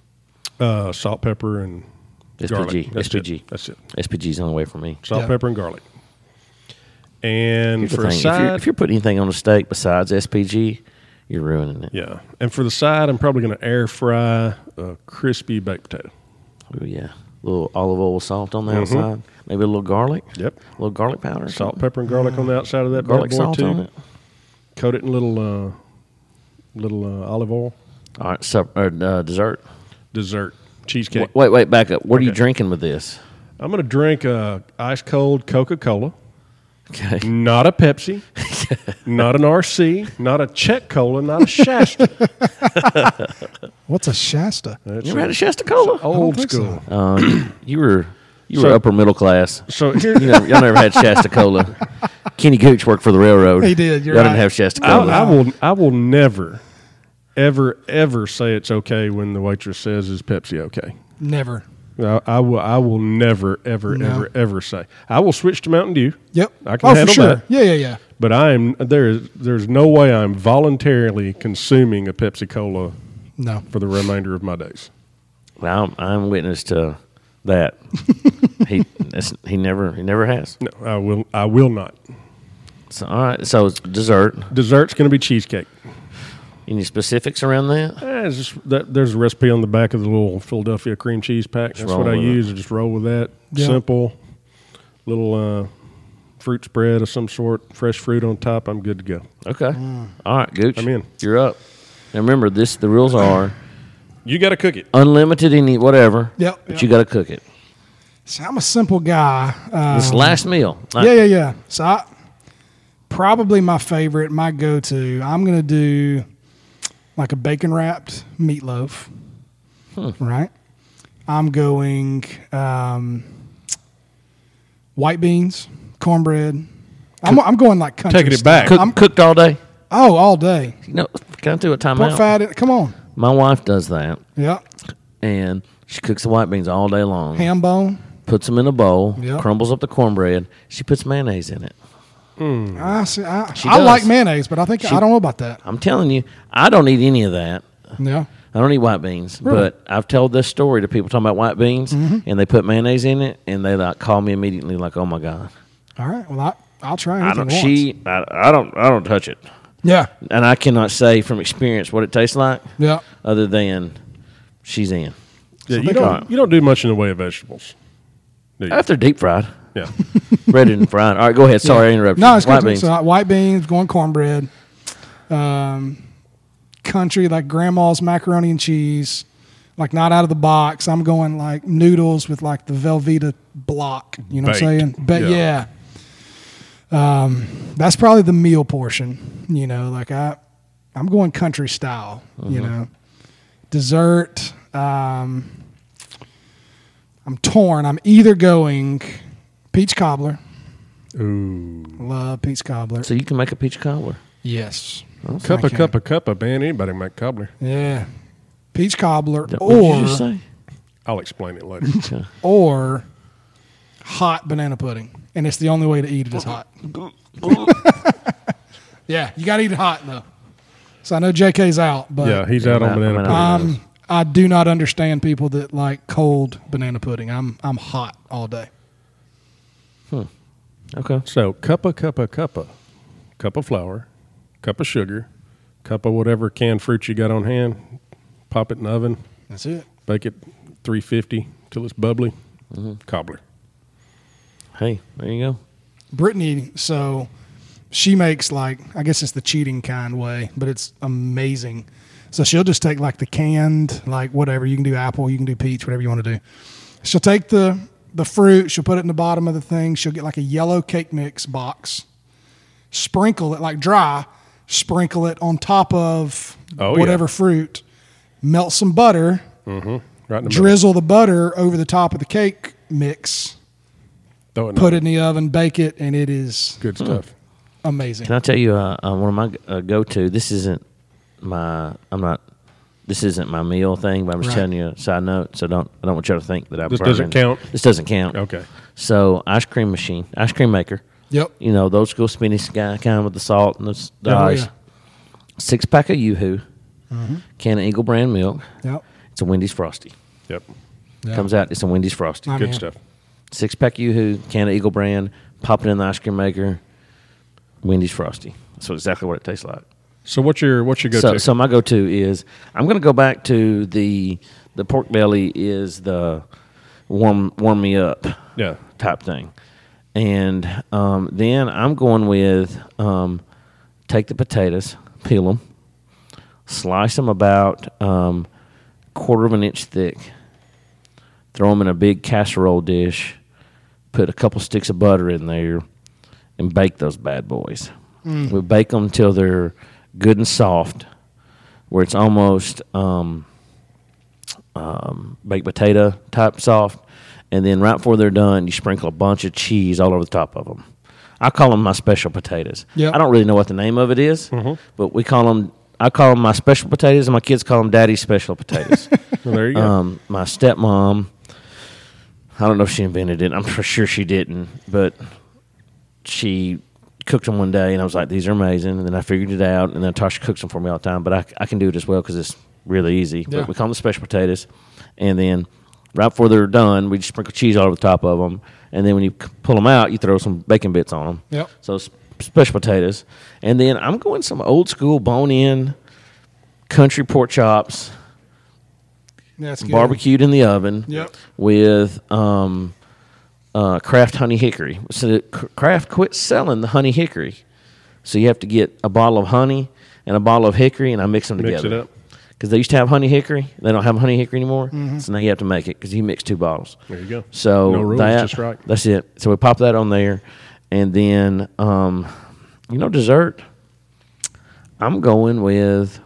Speaker 2: uh, salt, pepper, and garlic.
Speaker 1: SPG.
Speaker 2: That's
Speaker 1: SPG.
Speaker 2: It. That's it.
Speaker 1: SPG's the only way for me.
Speaker 2: Salt,
Speaker 3: Yeah.
Speaker 2: pepper, and garlic. And
Speaker 1: Here's the
Speaker 2: for a
Speaker 1: thing, if, you're,
Speaker 2: side,
Speaker 1: if you're putting anything on a steak besides SPG, you're ruining it.
Speaker 2: yeah. And for the side, I'm probably going to air fry a crispy baked potato.
Speaker 1: Ooh, yeah. A little olive oil salt on the outside. Maybe a little garlic.
Speaker 2: Mm-hmm. Yep.
Speaker 1: A little garlic powder. or
Speaker 2: Salt,
Speaker 1: something.
Speaker 2: pepper, and garlic on the outside of that bad
Speaker 1: Garlic
Speaker 2: boy
Speaker 1: salt
Speaker 2: too.
Speaker 1: on it.
Speaker 2: coat it in little uh, little uh, olive oil.
Speaker 1: All right. Sup, or, uh, dessert.
Speaker 2: Dessert cheesecake.
Speaker 1: W- Wait, wait, back up. What are you
Speaker 2: Okay.
Speaker 1: drinking with this?
Speaker 2: I'm gonna drink uh, ice cold Coca Cola,
Speaker 1: Okay.
Speaker 2: not a Pepsi, not an RC, not a Czech Cola, not a Shasta.
Speaker 3: What's a Shasta?
Speaker 2: That's
Speaker 1: You ever had a
Speaker 2: it.
Speaker 1: Shasta Cola?
Speaker 2: old
Speaker 3: think so.
Speaker 2: school.
Speaker 1: You were you were
Speaker 2: oh. So-
Speaker 1: upper middle class.
Speaker 2: So here,
Speaker 1: You never, y'all never had Shasta Cola. Kenny Gooch worked for the railroad.
Speaker 3: He did, you're
Speaker 1: y'all
Speaker 3: right.
Speaker 1: didn't have Shasta
Speaker 2: I,
Speaker 1: Cola.
Speaker 2: I will I will never, ever ever say it's okay when the waitress says is Pepsi okay.
Speaker 3: Never.
Speaker 2: I, I will I will never ever
Speaker 3: No.
Speaker 2: ever ever say I will switch to Mountain Dew.
Speaker 3: Yep.
Speaker 2: I can
Speaker 3: oh, for
Speaker 2: handle
Speaker 3: sure.
Speaker 2: that.
Speaker 3: Yeah, yeah, yeah.
Speaker 2: But I am there is there's no way I'm voluntarily consuming a Pepsi Cola
Speaker 3: No.
Speaker 2: for the remainder of my days.
Speaker 1: I'm, I'm witness to uh, that. he that's, he never he never has.
Speaker 2: No, I will I will not.
Speaker 1: So all right. So it's dessert.
Speaker 2: Dessert's going to be cheesecake.
Speaker 1: Any specifics around that?
Speaker 2: Eh, it's just that, there's a recipe on the back of the little Philadelphia cream cheese pack. That's
Speaker 1: roll
Speaker 2: what I
Speaker 1: with it.
Speaker 2: use. I just roll with that.
Speaker 3: Yeah.
Speaker 2: Simple little uh, fruit spread of some sort, fresh fruit on top. I'm good to go.
Speaker 1: Okay.
Speaker 3: Mm.
Speaker 1: All right, Gooch.
Speaker 2: I'm in.
Speaker 1: You're up. Now remember this. The rules are
Speaker 2: You got to cook it.
Speaker 1: unlimited any whatever.
Speaker 3: Yep,
Speaker 1: But
Speaker 3: yep.
Speaker 1: you got to cook it.
Speaker 3: See, I'm a simple guy. Uh,
Speaker 1: This last meal. Like,
Speaker 3: yeah, yeah, yeah. So I probably my favorite, my go-to. I'm gonna do like a bacon wrapped meatloaf. Right. I'm going um, white beans, cornbread. I'm, I'm going like country.
Speaker 2: Taking it
Speaker 3: style.
Speaker 2: back.
Speaker 1: Cook,
Speaker 3: I'm-
Speaker 1: cooked all day.
Speaker 3: Oh, all day.
Speaker 1: No, can I do a
Speaker 3: Pork
Speaker 1: timeout?
Speaker 3: fat. in- Come on.
Speaker 1: My wife does that,
Speaker 3: Yeah.
Speaker 1: and she cooks the white beans all day long.
Speaker 3: Ham bone.
Speaker 1: Puts them in a bowl.
Speaker 3: Yep.
Speaker 1: Crumbles up the cornbread. She puts mayonnaise in it.
Speaker 3: I see. I,
Speaker 1: She
Speaker 3: I
Speaker 1: does.
Speaker 3: like mayonnaise, but I think I don't know about that.
Speaker 1: I'm telling you, I don't eat any of that.
Speaker 3: Yeah.
Speaker 1: I don't eat white beans,
Speaker 3: Really? Mm-hmm.
Speaker 1: but I've told this story to people talking about white beans, and they put mayonnaise in it, and they like call me immediately, like, "Oh my god,
Speaker 3: All right. Well, I, I'll try anything
Speaker 1: I don't."
Speaker 3: once.
Speaker 1: She, I, I don't, I don't touch it,
Speaker 3: Yeah.
Speaker 1: and I cannot say from experience what it tastes like,
Speaker 3: Yeah.
Speaker 1: other than she's in.
Speaker 2: Yeah,
Speaker 3: they
Speaker 2: you, don't,
Speaker 1: got-
Speaker 2: you don't do much in the way of vegetables. do you?
Speaker 1: After deep fried,
Speaker 2: Yeah.
Speaker 1: breaded and fried. All right, go ahead. Sorry, I interrupted.
Speaker 3: No, it's
Speaker 1: white
Speaker 3: good.
Speaker 1: beans.
Speaker 3: So uh, white beans, going cornbread, um, country like grandma's macaroni and cheese, like not out of the box. I'm going like noodles with like the Velveeta block. You know what I'm
Speaker 2: Baked.
Speaker 3: saying? But
Speaker 2: Yeah.
Speaker 3: yeah. Um, that's probably the meal portion. You know, like I, I'm going country style. You
Speaker 1: Mm-hmm.
Speaker 3: know, dessert. Um, I'm torn. I'm either going peach cobbler. Ooh. Love peach cobbler.
Speaker 1: So you can make a peach cobbler.
Speaker 3: Yes.
Speaker 2: Cup a cup a cup a man. Anybody make cobbler?
Speaker 3: Yeah. Peach cobbler
Speaker 1: what did
Speaker 3: or
Speaker 1: you say?
Speaker 2: I'll explain it later.
Speaker 3: or hot banana pudding, and it's the only way to eat it is hot. yeah, you got to eat it hot though. So I know JK's out, but
Speaker 2: yeah, he's out
Speaker 1: I'm
Speaker 2: on
Speaker 1: out- Uh,
Speaker 2: banana.
Speaker 1: I'm out on
Speaker 3: um, I do not understand people that like cold banana pudding. I'm I'm hot all day.
Speaker 1: Okay.
Speaker 2: So cup a cup a cup a cup of flour, cup of sugar, cup of whatever canned fruit you got on hand. Pop it in the oven,
Speaker 3: That's it.
Speaker 2: bake it 350 till it's bubbly.
Speaker 1: Mm-hmm.
Speaker 2: Cobbler.
Speaker 1: Hey, there you go.
Speaker 3: Brittany, so she makes like I guess it's the cheating kind way, but it's amazing. So she'll just take like the canned, like whatever you can do apple, you can do peach, whatever you want to do. She'll take the the fruit, she'll put it in the bottom of the thing. She'll get like a yellow cake mix box, sprinkle it like dry, sprinkle it on top of
Speaker 2: Oh, yeah.
Speaker 3: whatever fruit, melt some butter,
Speaker 2: Right in the middle.
Speaker 3: drizzle the butter over the top of the cake mix,
Speaker 2: Throw in the
Speaker 3: put it
Speaker 2: oven.
Speaker 3: in the oven, bake it, and it is
Speaker 2: Good
Speaker 1: Mm-hmm.
Speaker 2: stuff.
Speaker 3: amazing.
Speaker 1: Can I tell you uh, uh, one of my uh, go to? This isn't my. I'm not. This isn't my meal thing, but I'm just
Speaker 3: Right.
Speaker 1: telling you a side note. So don't. I don't want y'all to think that I.
Speaker 2: This
Speaker 1: burn
Speaker 2: doesn't
Speaker 1: in-
Speaker 2: count?
Speaker 1: This doesn't count.
Speaker 2: Okay.
Speaker 1: So ice cream machine, ice cream maker.
Speaker 3: Yep.
Speaker 1: You know those go spinny sky kind with the salt and the, s- the
Speaker 3: Oh,
Speaker 1: ice.
Speaker 3: yeah.
Speaker 1: Six pack of YooHoo, can of Eagle brand milk.
Speaker 3: Yep.
Speaker 1: It's a Wendy's frosty.
Speaker 2: Yep.
Speaker 3: Yeah.
Speaker 1: Comes out. It's a Wendy's frosty.
Speaker 3: I
Speaker 2: Good
Speaker 3: mean,
Speaker 2: stuff.
Speaker 1: Six pack YooHoo, can of Eagle brand. Pop it in the ice cream maker. Wendy's frosty. That's what- exactly what it tastes like.
Speaker 2: So what's your what's your go
Speaker 1: So,
Speaker 2: to?
Speaker 1: so my go-to is I'm going to go back to the the pork belly is the warm warm me up
Speaker 2: yeah.
Speaker 1: type thing, and um, then I'm going with um, take the potatoes, peel them, slice them about um, quarter of an inch thick, throw them in a big casserole dish, put a couple sticks of butter in there, and bake those bad boys. We bake them till they're good and soft, where it's almost um, um, baked potato type soft. And then right before they're done, you sprinkle a bunch of cheese all over the top of them. I call them my special potatoes.
Speaker 3: Yep.
Speaker 1: I don't really know what the name of it is, but we call them. I call them my special potatoes, and my kids call them daddy's special potatoes.
Speaker 2: Well, there you go.
Speaker 1: Um, my stepmom, I don't know if she invented it. I'm for sure she didn't, but she cooked them one day, and I was like, "These are amazing." And then I figured it out, and then Tasha cooks them for me all the time. But I, I can do it as well because it's really easy.
Speaker 3: Yeah.
Speaker 1: But we call them special potatoes, and then right before they're done, we just sprinkle cheese all over the top of them, and then when you c- pull them out, you throw some bacon bits on them.
Speaker 3: Yep.
Speaker 1: So s- special potatoes, and then I'm going some old school bone in country pork chops
Speaker 3: That's good.
Speaker 1: barbecued in the oven
Speaker 3: Yep.
Speaker 1: with um, uh, Kraft Honey Hickory. So the- Kraft quit selling the honey hickory, so you have to get a bottle of honey and a bottle of hickory, and I mix them
Speaker 2: Mix
Speaker 1: together.
Speaker 2: it up.
Speaker 1: Because they used to have honey hickory, they don't have honey hickory anymore. So now you have to make it because you mix two bottles.
Speaker 2: Mm-hmm. There you go.
Speaker 1: So
Speaker 2: No rules,
Speaker 1: that-
Speaker 2: just right.
Speaker 1: That's it. So we pop that on there, and then um, you know dessert. I'm going with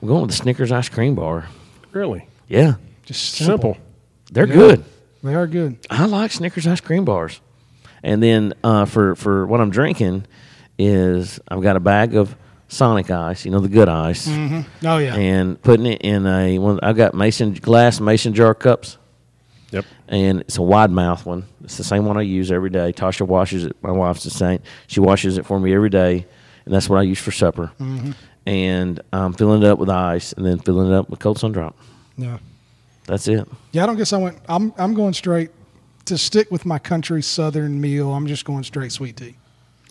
Speaker 1: I'm going with the Snickers ice cream bar.
Speaker 2: Really
Speaker 1: Yeah,
Speaker 3: Just simple.
Speaker 2: simple.
Speaker 1: they're
Speaker 3: Yeah.
Speaker 1: good.
Speaker 3: They are good.
Speaker 1: I like Snickers ice cream bars. And then uh, for for what I'm drinking is I've got a bag of Sonic ice, you know the good ice,
Speaker 3: Oh yeah.
Speaker 1: and putting it in a one. I've got mason glass mason jar cups,
Speaker 2: Yep.
Speaker 1: and it's a wide mouth one. It's the same one I use every day. Tasha washes it. My wife's the same. She washes it for me every day, and that's what I use for supper.
Speaker 3: Mm-hmm.
Speaker 1: And I'm filling it up with ice, and then filling it up with cold sun drop.
Speaker 3: yeah.
Speaker 1: That's it.
Speaker 3: Yeah. I don't guess I went. I'm I'm going straight to stick with my country southern meal. I'm just going straight sweet tea.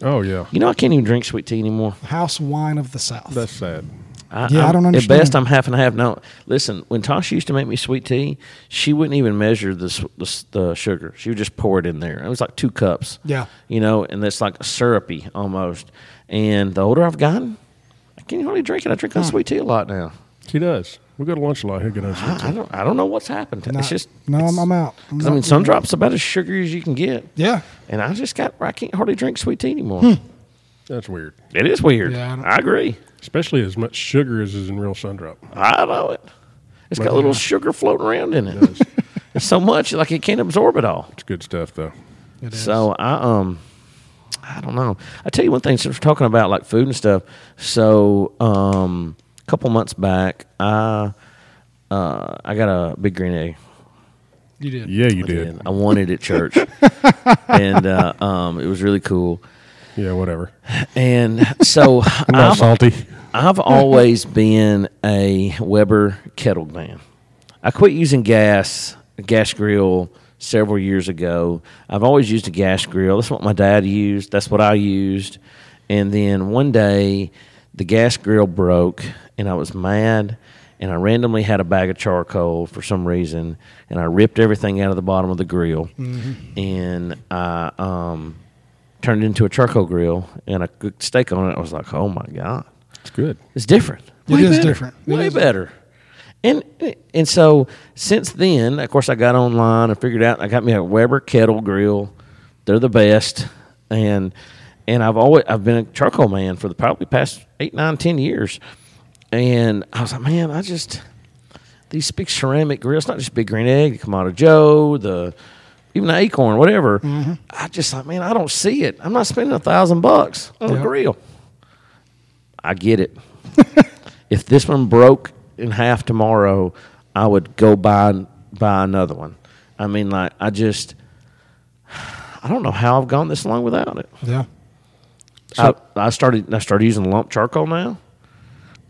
Speaker 2: Oh yeah.
Speaker 1: You know I can't even drink sweet tea anymore.
Speaker 3: House wine of the south.
Speaker 2: That's sad.
Speaker 1: I,
Speaker 3: Yeah, I
Speaker 1: I'm-
Speaker 3: don't
Speaker 1: At best,
Speaker 3: understand.
Speaker 1: I'm half and half. No, listen. When Tasha used to make me sweet tea, she wouldn't even measure the s- the, s- the sugar. She would just pour it in there. It was like two cups.
Speaker 3: Yeah.
Speaker 1: you know, and it's like syrupy almost. And the older I've gotten, I can't hardly drink it. I drink that sweet tea a lot now.
Speaker 2: She does. We go to lunch a lot. Who can answer?
Speaker 1: I, I don't. I don't know what's happened.
Speaker 3: Not-
Speaker 1: it's just
Speaker 3: no.
Speaker 1: it's-
Speaker 3: I'm, I'm out. I'm
Speaker 1: 'cause I
Speaker 3: not-
Speaker 1: mean, sun drops about as sugary as you can get.
Speaker 3: Yeah. Hmm.
Speaker 1: And I just got. where I can't hardly drink sweet tea anymore.
Speaker 2: That's weird.
Speaker 1: It is weird.
Speaker 3: Yeah, I don't-
Speaker 1: I agree.
Speaker 2: Especially as much sugar as is in real sundrop.
Speaker 1: I know it. It's got a little sugar floating around in it. It's so much like it can't absorb it all. uh,
Speaker 2: It's good stuff though.
Speaker 3: It is.
Speaker 1: So I um I don't know. I tell you one thing. Since we're talking about like food and stuff, so um, a couple months back, I uh, I got a big green egg.
Speaker 3: You did.
Speaker 2: Yeah, you
Speaker 1: I
Speaker 2: did.
Speaker 1: I won it at church, and uh, um, it was really cool.
Speaker 2: Yeah, whatever.
Speaker 1: And so
Speaker 2: I'm not
Speaker 1: I've,
Speaker 2: salty.
Speaker 1: I've always been a Weber kettle man. I quit using gas gas grill several years ago. I've always used a gas grill. That's what my dad used. That's what I used. And then one day, the gas grill broke, and I was mad. And I randomly had a bag of charcoal for some reason, and I ripped everything out of the bottom of the grill, and I um, turned it into a charcoal grill, and I cooked steak on it. I was like, "Oh my god!"
Speaker 2: It's good.
Speaker 1: It's different.
Speaker 3: It
Speaker 1: Way
Speaker 3: is
Speaker 1: better.
Speaker 3: different. It
Speaker 1: Way
Speaker 3: is
Speaker 1: better. And and so since then, of course, I got online and figured out I got me a Weber kettle grill. They're the best, and and I've always I've been a charcoal man for the probably past eight, nine, ten years. And I was like, man, I just these big ceramic grills, not just Big Green Egg, the Kamado Joe, the even the Acorn, whatever. I just like, man, I don't see it. I'm not spending a thousand bucks on a
Speaker 3: Yeah.
Speaker 1: grill. I get it. if this one broke in half tomorrow, I would go buy buy another one. I mean, like I just, I don't know how I've gone this long without it.
Speaker 3: Yeah.
Speaker 1: I, I started I started using lump charcoal now.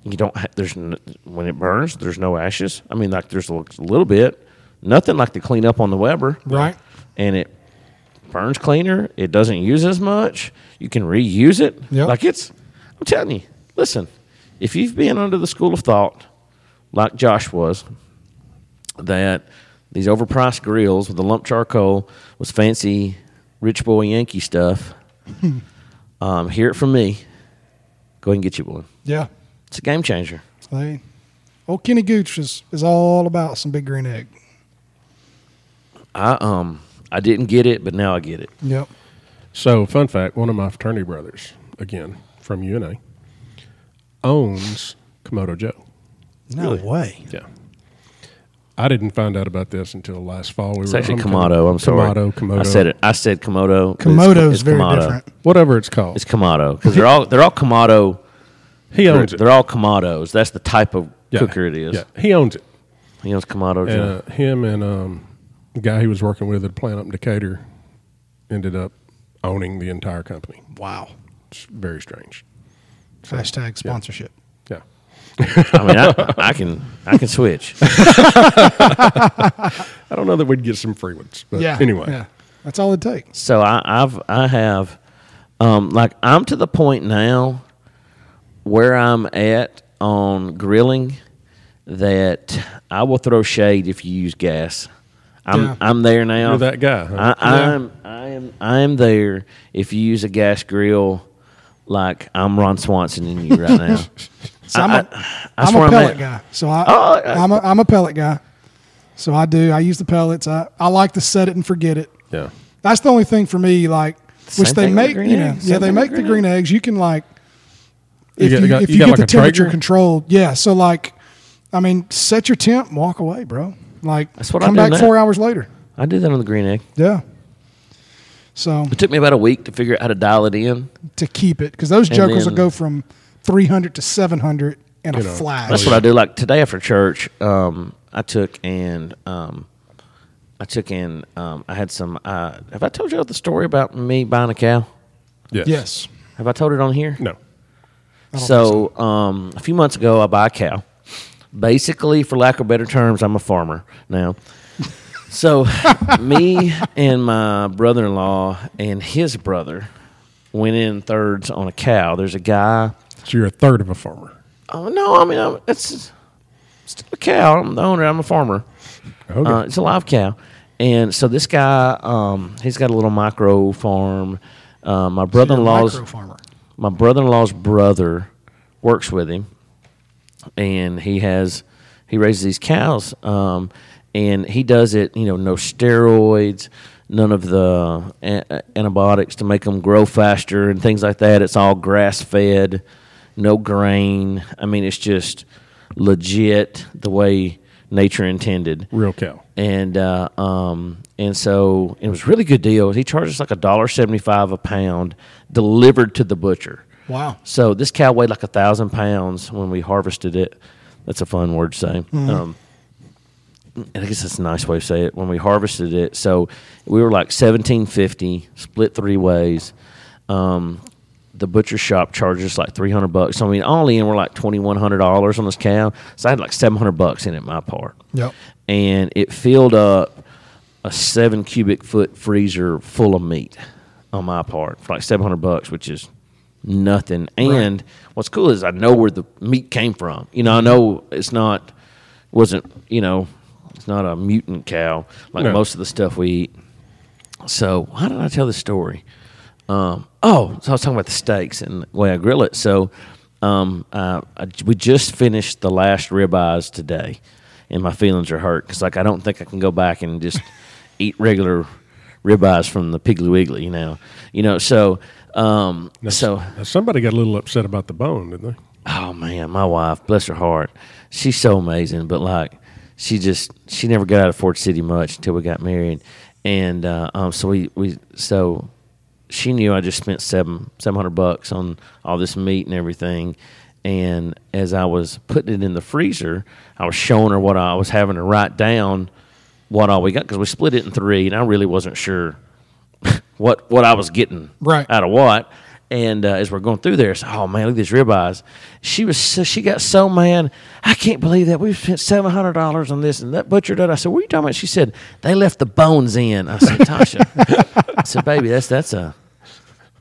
Speaker 1: You don't ha- there's n- when it burns there's no ashes. I mean like there's a little, little bit, nothing like the cleanup on the Weber,
Speaker 3: Right.
Speaker 1: and it burns cleaner. It doesn't use as much. You can reuse it.
Speaker 3: Yeah.
Speaker 1: Like it's I'm telling you. Listen, if you've been under the school of thought, like Josh was, that these overpriced grills with the lump charcoal was fancy rich boy Yankee stuff. um, hear it from me. Go ahead and get you one.
Speaker 3: Yeah.
Speaker 1: It's a game changer.
Speaker 3: They, old Kenny Gooch is, is all about some big green egg.
Speaker 1: I um I didn't get it, but now I get it.
Speaker 3: Yep.
Speaker 2: So, fun fact: one of my fraternity brothers, again from UNA, owns Komodo Joe.
Speaker 3: No way.
Speaker 2: Yeah. I didn't find out about this until last fall. We
Speaker 1: It's
Speaker 2: were
Speaker 1: actually
Speaker 2: I'm
Speaker 1: Komodo. I'm sorry.
Speaker 2: Um, Komodo, Komodo.
Speaker 1: I said it. I said Komodo. but it's-
Speaker 3: Komodo's
Speaker 1: it's
Speaker 3: very
Speaker 1: Kamado.
Speaker 3: different.
Speaker 2: Whatever it's called.
Speaker 1: It's Komodo because they're all they're all Komodo.
Speaker 2: he
Speaker 1: They're,
Speaker 2: owns it.
Speaker 1: they're all Komodos. That's the type of
Speaker 2: Yeah.
Speaker 1: cooker it is.
Speaker 2: Yeah. He owns it.
Speaker 1: You know, it's Komodo.
Speaker 2: And,
Speaker 1: Joe.
Speaker 2: uh, him and um, the guy he was working with at a plant up in Decatur ended up owning the entire company.
Speaker 3: Wow.
Speaker 2: It's very strange.
Speaker 3: Hashtag sponsorship.
Speaker 2: Yeah.
Speaker 1: I mean, I, I can I can switch.
Speaker 2: I don't know that we'd get some free ones. But
Speaker 3: yeah.
Speaker 2: anyway.
Speaker 3: Yeah. That's all it takes.
Speaker 1: So I, I've I have, um, like I'm to the point now where I'm at on grilling that I will throw shade if you use gas. I'm
Speaker 3: Yeah.
Speaker 1: I'm there now.
Speaker 2: You're that guy, huh?
Speaker 1: I,
Speaker 3: Yeah.
Speaker 1: I'm I am I am there. If you use a gas grill, like I'm Ron Swanson in you right now.
Speaker 3: So I'm, a,
Speaker 1: I,
Speaker 3: I'm
Speaker 1: swear
Speaker 3: a
Speaker 1: I'm
Speaker 3: pellet
Speaker 1: at-
Speaker 3: guy. So I,
Speaker 1: Oh, I-
Speaker 3: I'm, a, I'm a pellet guy. So I do. I use the pellets. I, I like to set it and forget it.
Speaker 2: Yeah.
Speaker 3: That's the only thing for me. Like,
Speaker 1: Same
Speaker 3: which they
Speaker 1: thing with the
Speaker 3: make.
Speaker 1: green
Speaker 3: you know,
Speaker 1: eggs.
Speaker 3: yeah,
Speaker 1: Same
Speaker 3: they
Speaker 1: thing
Speaker 3: make
Speaker 1: with
Speaker 3: the
Speaker 1: green
Speaker 3: green eggs. You can like,
Speaker 2: You
Speaker 3: if you,
Speaker 2: got- you got-
Speaker 3: if
Speaker 2: you
Speaker 3: you
Speaker 2: got
Speaker 3: get
Speaker 2: like
Speaker 3: the
Speaker 2: a
Speaker 3: temperature
Speaker 2: Traeger?
Speaker 3: controlled, yeah. So like, I mean, set your temp, and walk away, bro. Like,
Speaker 1: That's what I
Speaker 3: come
Speaker 1: do
Speaker 3: back
Speaker 1: now.
Speaker 3: four hours later.
Speaker 1: I did that on the green egg.
Speaker 3: Yeah. So
Speaker 1: It took me about a week to figure out how to dial it in.
Speaker 3: to keep it, because those jokers
Speaker 1: then-
Speaker 3: will go from three hundred to seven hundred in a
Speaker 2: know, oh,
Speaker 3: flash.
Speaker 1: That's what I do. Like today after church, um, I took and um, I took in. Um, I had some. Uh, have I told you the story about me buying a cow?
Speaker 2: Yes.
Speaker 3: Yes.
Speaker 1: Have I told it on here?
Speaker 2: No.
Speaker 1: So, um, a few months ago, I buy a cow. Basically, for lack of better terms, I'm a farmer now. So, me and my brother in law and his brother went in thirds on a cow. There's a guy.
Speaker 2: So you're a third of a farmer.
Speaker 1: Oh no! I mean, I'm, it's still a cow. I'm the owner. I'm a farmer.
Speaker 2: Okay.
Speaker 1: Uh, it's a live cow. And so this guy, um, he's got a little micro farm. Uh, my brother in law's
Speaker 3: Micro farmer.
Speaker 1: my brother in law's brother works with him, and he has he raises these cows, um, and he does it. You know, no steroids, none of the a- antibiotics to make them grow faster and things like that. It's all grass fed, no grain. I mean, it's just legit the way nature intended.
Speaker 2: Real cow.
Speaker 1: And uh, um, and so it was a really good deal. He charged us like a dollar seventy five a pound delivered to the butcher.
Speaker 3: Wow.
Speaker 1: So this cow weighed like a thousand pounds when we harvested it. That's a fun word to say. Um, and I guess that's a nice way to say it. When we harvested it, so we were like seventeen fifty, split three ways. Um, the butcher shop charges like three hundred bucks. So I mean, all in, we're like twenty one hundred dollars on this cow. So I had like seven hundred bucks in it, my part
Speaker 3: Yep.
Speaker 1: and it filled up a seven cubic foot freezer full of meat on my part for like 700 bucks, which is nothing. And what's cool is I know where the meat came from. You know, I know it's not, wasn't, you know, it's not a mutant cow like
Speaker 2: No.
Speaker 1: most of the stuff we eat. So, how did I tell this story? Um, oh, so I was talking about the steaks and the way I grill it. So, um, uh, I, we just finished the last ribeyes today, and my feelings are hurt because, like, I don't think I can go back and just eat regular ribeyes from the Piggly Wiggly. You know, you know. So, um, so
Speaker 2: Now, somebody got a little upset about the bone, didn't they?
Speaker 1: oh man, my wife, bless her heart, she's so amazing. But like, she just she never got out of Fort City much until we got married, and uh, um, so we we so she knew I just spent seven seven hundred bucks on all this meat and everything. And as I was putting it in the freezer, I was showing her what I was having to write down what all we got because we split it in three, and I really wasn't sure what what I was getting
Speaker 3: Right.
Speaker 1: out of what. And uh, as we're going through there, it's, oh man, look at these ribeyes. She was so, she got so mad. I can't believe that we spent seven hundred dollars on this and that butcher did. I said, what are you talking about? She said they left the bones in. I said, Tasha, I said, baby, that's that's a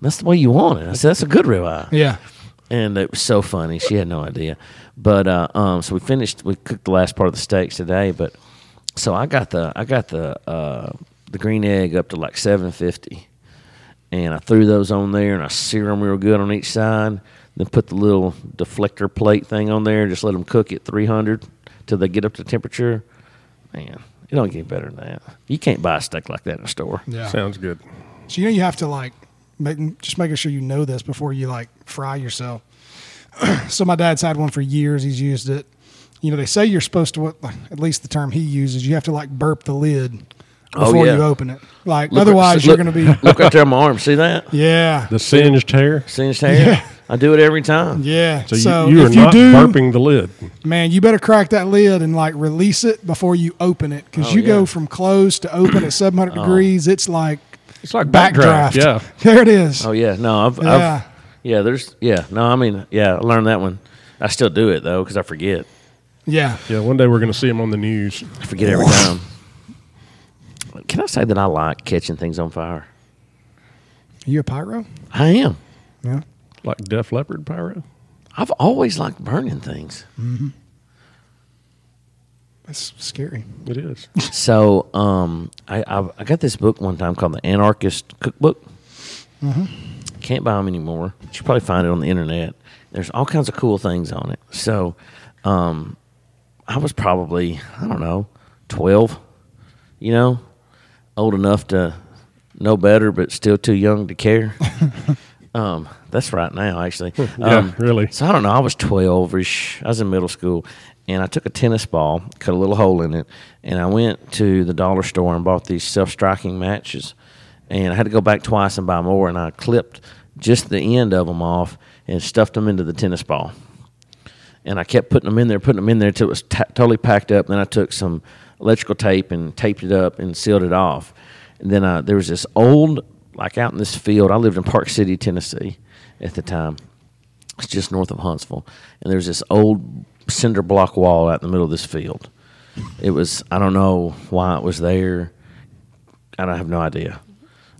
Speaker 1: that's the way you want it. I said, that's a good ribeye
Speaker 3: Yeah.
Speaker 1: and it was so funny. She had no idea. But uh, um, so we finished. We cooked the last part of the steaks today. But so I got the I got the uh, the green egg up to like seven fifty, and I threw those on there and I sear them real good on each side. Then put the little deflector plate thing on there and just let them cook at three hundred till they get up to temperature. Man, it don't get better than that. You can't buy a steak like that in a store.
Speaker 3: Yeah.
Speaker 2: Sounds good.
Speaker 3: So you know you have to like make, just making sure you know this before you like fry yourself. so my dad's had one for years. He's used it. You know they say you're supposed to what at least the term he uses you have to like burp the lid
Speaker 1: Oh,
Speaker 3: before
Speaker 1: yeah.
Speaker 3: you open it. Like
Speaker 1: Look-
Speaker 3: otherwise you're
Speaker 1: look-
Speaker 3: going to be
Speaker 1: look right there on my arm. See that?
Speaker 3: yeah
Speaker 2: The singed hair.
Speaker 1: Singed hair.
Speaker 3: Yeah.
Speaker 1: I do it every time.
Speaker 3: yeah.
Speaker 2: So,
Speaker 3: So,
Speaker 2: you, you are
Speaker 3: if
Speaker 2: not
Speaker 3: you do,
Speaker 2: burping the lid.
Speaker 3: man, you better crack that lid and like release it before you open it because
Speaker 1: Oh,
Speaker 3: you
Speaker 1: yeah.
Speaker 3: go from closed to open at 700 degrees. It's like
Speaker 2: It's like
Speaker 3: backdraft.
Speaker 2: Yeah.
Speaker 3: there it is.
Speaker 1: Oh yeah, no, I've,
Speaker 3: Yeah.
Speaker 1: I've yeah, there's yeah, no, I mean yeah, I learned that one. I still do it though because I forget.
Speaker 3: yeah.
Speaker 2: Yeah. One day we're going to see him on the news.
Speaker 1: I forget every time. Can I say that I like catching things on fire?
Speaker 3: Are you a pyro?
Speaker 1: I am.
Speaker 3: Yeah.
Speaker 2: Like Def Leopard Pyro.
Speaker 1: I've always liked burning things.
Speaker 3: That's scary.
Speaker 2: It is.
Speaker 1: So um, I, I I got this book one time called the Anarchist Cookbook. Can't buy them anymore. You should probably find it on the internet. There's all kinds of cool things on it. So um, I was probably I don't know twelve, you know, old enough to know better, but still too young to care. um, that's right now actually.
Speaker 2: Yeah,
Speaker 1: Um,
Speaker 2: really.
Speaker 1: so I don't know. I was twelve ish. I was in middle school, and I took a tennis ball, cut a little hole in it, and I went to the dollar store and bought these self-striking matches. And I had to go back twice and buy more, and I clipped just the end of them off and stuffed them into the tennis ball. And I kept putting them in there, putting them in there till it was t- totally packed up. Then I took some electrical tape and taped it up and sealed it off. And then I, there was this old, like out in this field. I lived in Park City, Tennessee, at the time it's just north of Huntsville, and there's this old cinder block wall out in the middle of this field. It was I don't know why it was there. I don't have no idea.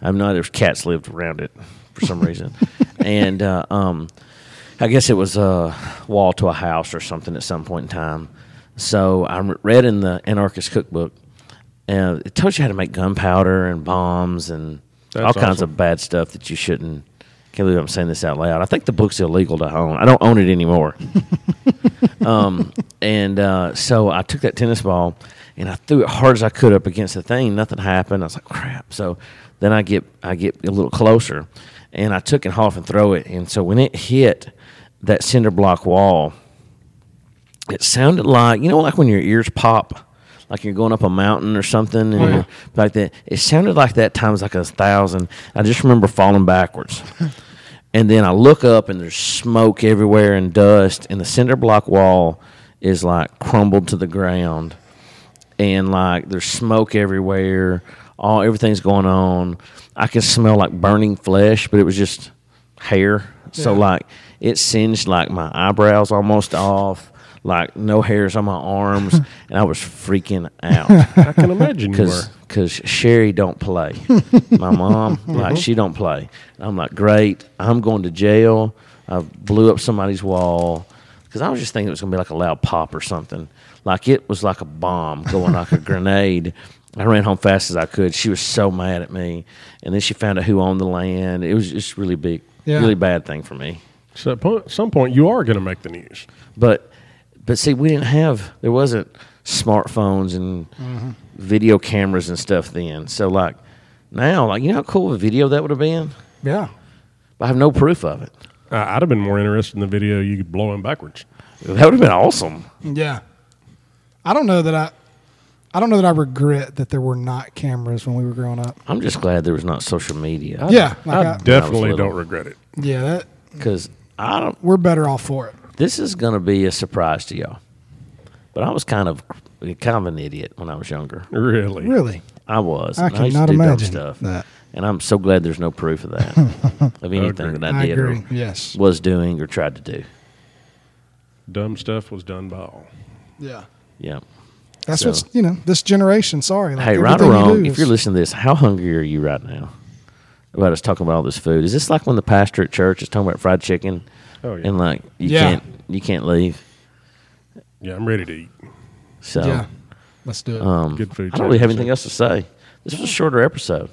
Speaker 1: I have no idea if cats lived around it for some reason, and uh, um, I guess it was a wall to a house or something at some point in time. So I re- read in the anarchist cookbook, and it tells you how to make gunpowder and bombs and
Speaker 2: That's
Speaker 1: all kinds
Speaker 2: awesome.
Speaker 1: of bad stuff that you shouldn't. Can't believe I'm saying this out loud. I think the book's illegal to own. I don't own it anymore. um, and uh, so I took that tennis ball and I threw it hard as I could up against the thing. Nothing happened. I was like, crap. So then I get I get a little closer, and I took and off and throw it. And so when it hit that cinder block wall, it sounded like you know like when your ears pop like you're going up a mountain or something and
Speaker 2: yeah.
Speaker 1: you're- like that it sounded like that times like a thousand i just remember falling backwards and then i look up and there's smoke everywhere and dust and the cinder block wall is like crumbled to the ground and like there's smoke everywhere all everything's going on i can smell like burning flesh but it was just hair so
Speaker 3: Yeah.
Speaker 1: like it singed like my eyebrows almost off like no hairs on my arms and i was freaking out
Speaker 2: I can imagine you were.
Speaker 1: because sherry don't play my mom like she don't play i'm like great i'm going to jail i blew up somebody's wall because i was just thinking it was going to be like a loud pop or something like it was like a bomb going like a grenade i ran home fast as i could she was so mad at me and then she found out who owned the land it was just really big
Speaker 3: Yeah.
Speaker 1: really bad thing for me
Speaker 2: So at po- some point, you are going to make the news.
Speaker 1: but but see, we didn't have there wasn't smartphones and
Speaker 3: Mm-hmm.
Speaker 1: video cameras and stuff then. So like now, like you know how cool a video that would have been.
Speaker 3: Yeah.
Speaker 1: But I have no proof of it.
Speaker 2: I I'd have been more interested in the video you blowing backwards.
Speaker 1: That would have been awesome.
Speaker 3: Yeah. I don't know that I I don't know that I regret that there were not cameras when we were growing up.
Speaker 1: I'm just glad there was not social media.
Speaker 3: Yeah. Like
Speaker 2: I
Speaker 3: I,
Speaker 2: definitely
Speaker 1: little.
Speaker 2: don't regret it.
Speaker 3: yeah, that
Speaker 1: because I don't.
Speaker 3: we're better off for it.
Speaker 1: This is gonna be a surprise to y'all. But I was kind of kind of an idiot when I was younger.
Speaker 2: Really.
Speaker 3: Really?
Speaker 1: I was.
Speaker 3: I
Speaker 1: and used to
Speaker 3: cannot
Speaker 1: do dumb
Speaker 3: imagine that.
Speaker 1: And I'm so glad there's no proof of that, of anything
Speaker 2: Agreed.
Speaker 1: that I,
Speaker 3: I
Speaker 1: did or
Speaker 3: agree. Yes.
Speaker 1: was doing or tried to do.
Speaker 2: Dumb stuff was done by all.
Speaker 3: Yeah.
Speaker 1: Yeah.
Speaker 3: That's
Speaker 1: So-
Speaker 3: what's you know, this generation, sorry. Like
Speaker 1: Hey, right or
Speaker 3: everything you do
Speaker 1: wrong, if
Speaker 3: is-
Speaker 1: you're listening to this, how hungry are you right now? About us talking about all this food. Is this like when the pastor at church is talking about fried chicken?
Speaker 2: Oh, yeah.
Speaker 1: And like you
Speaker 3: Yeah.
Speaker 1: can't you can't leave.
Speaker 2: Yeah, I'm ready to eat.
Speaker 1: So
Speaker 3: Yeah. Let's do it.
Speaker 2: Good food.
Speaker 1: I don't really have anything
Speaker 2: 10%.
Speaker 1: else to say. This was a shorter episode.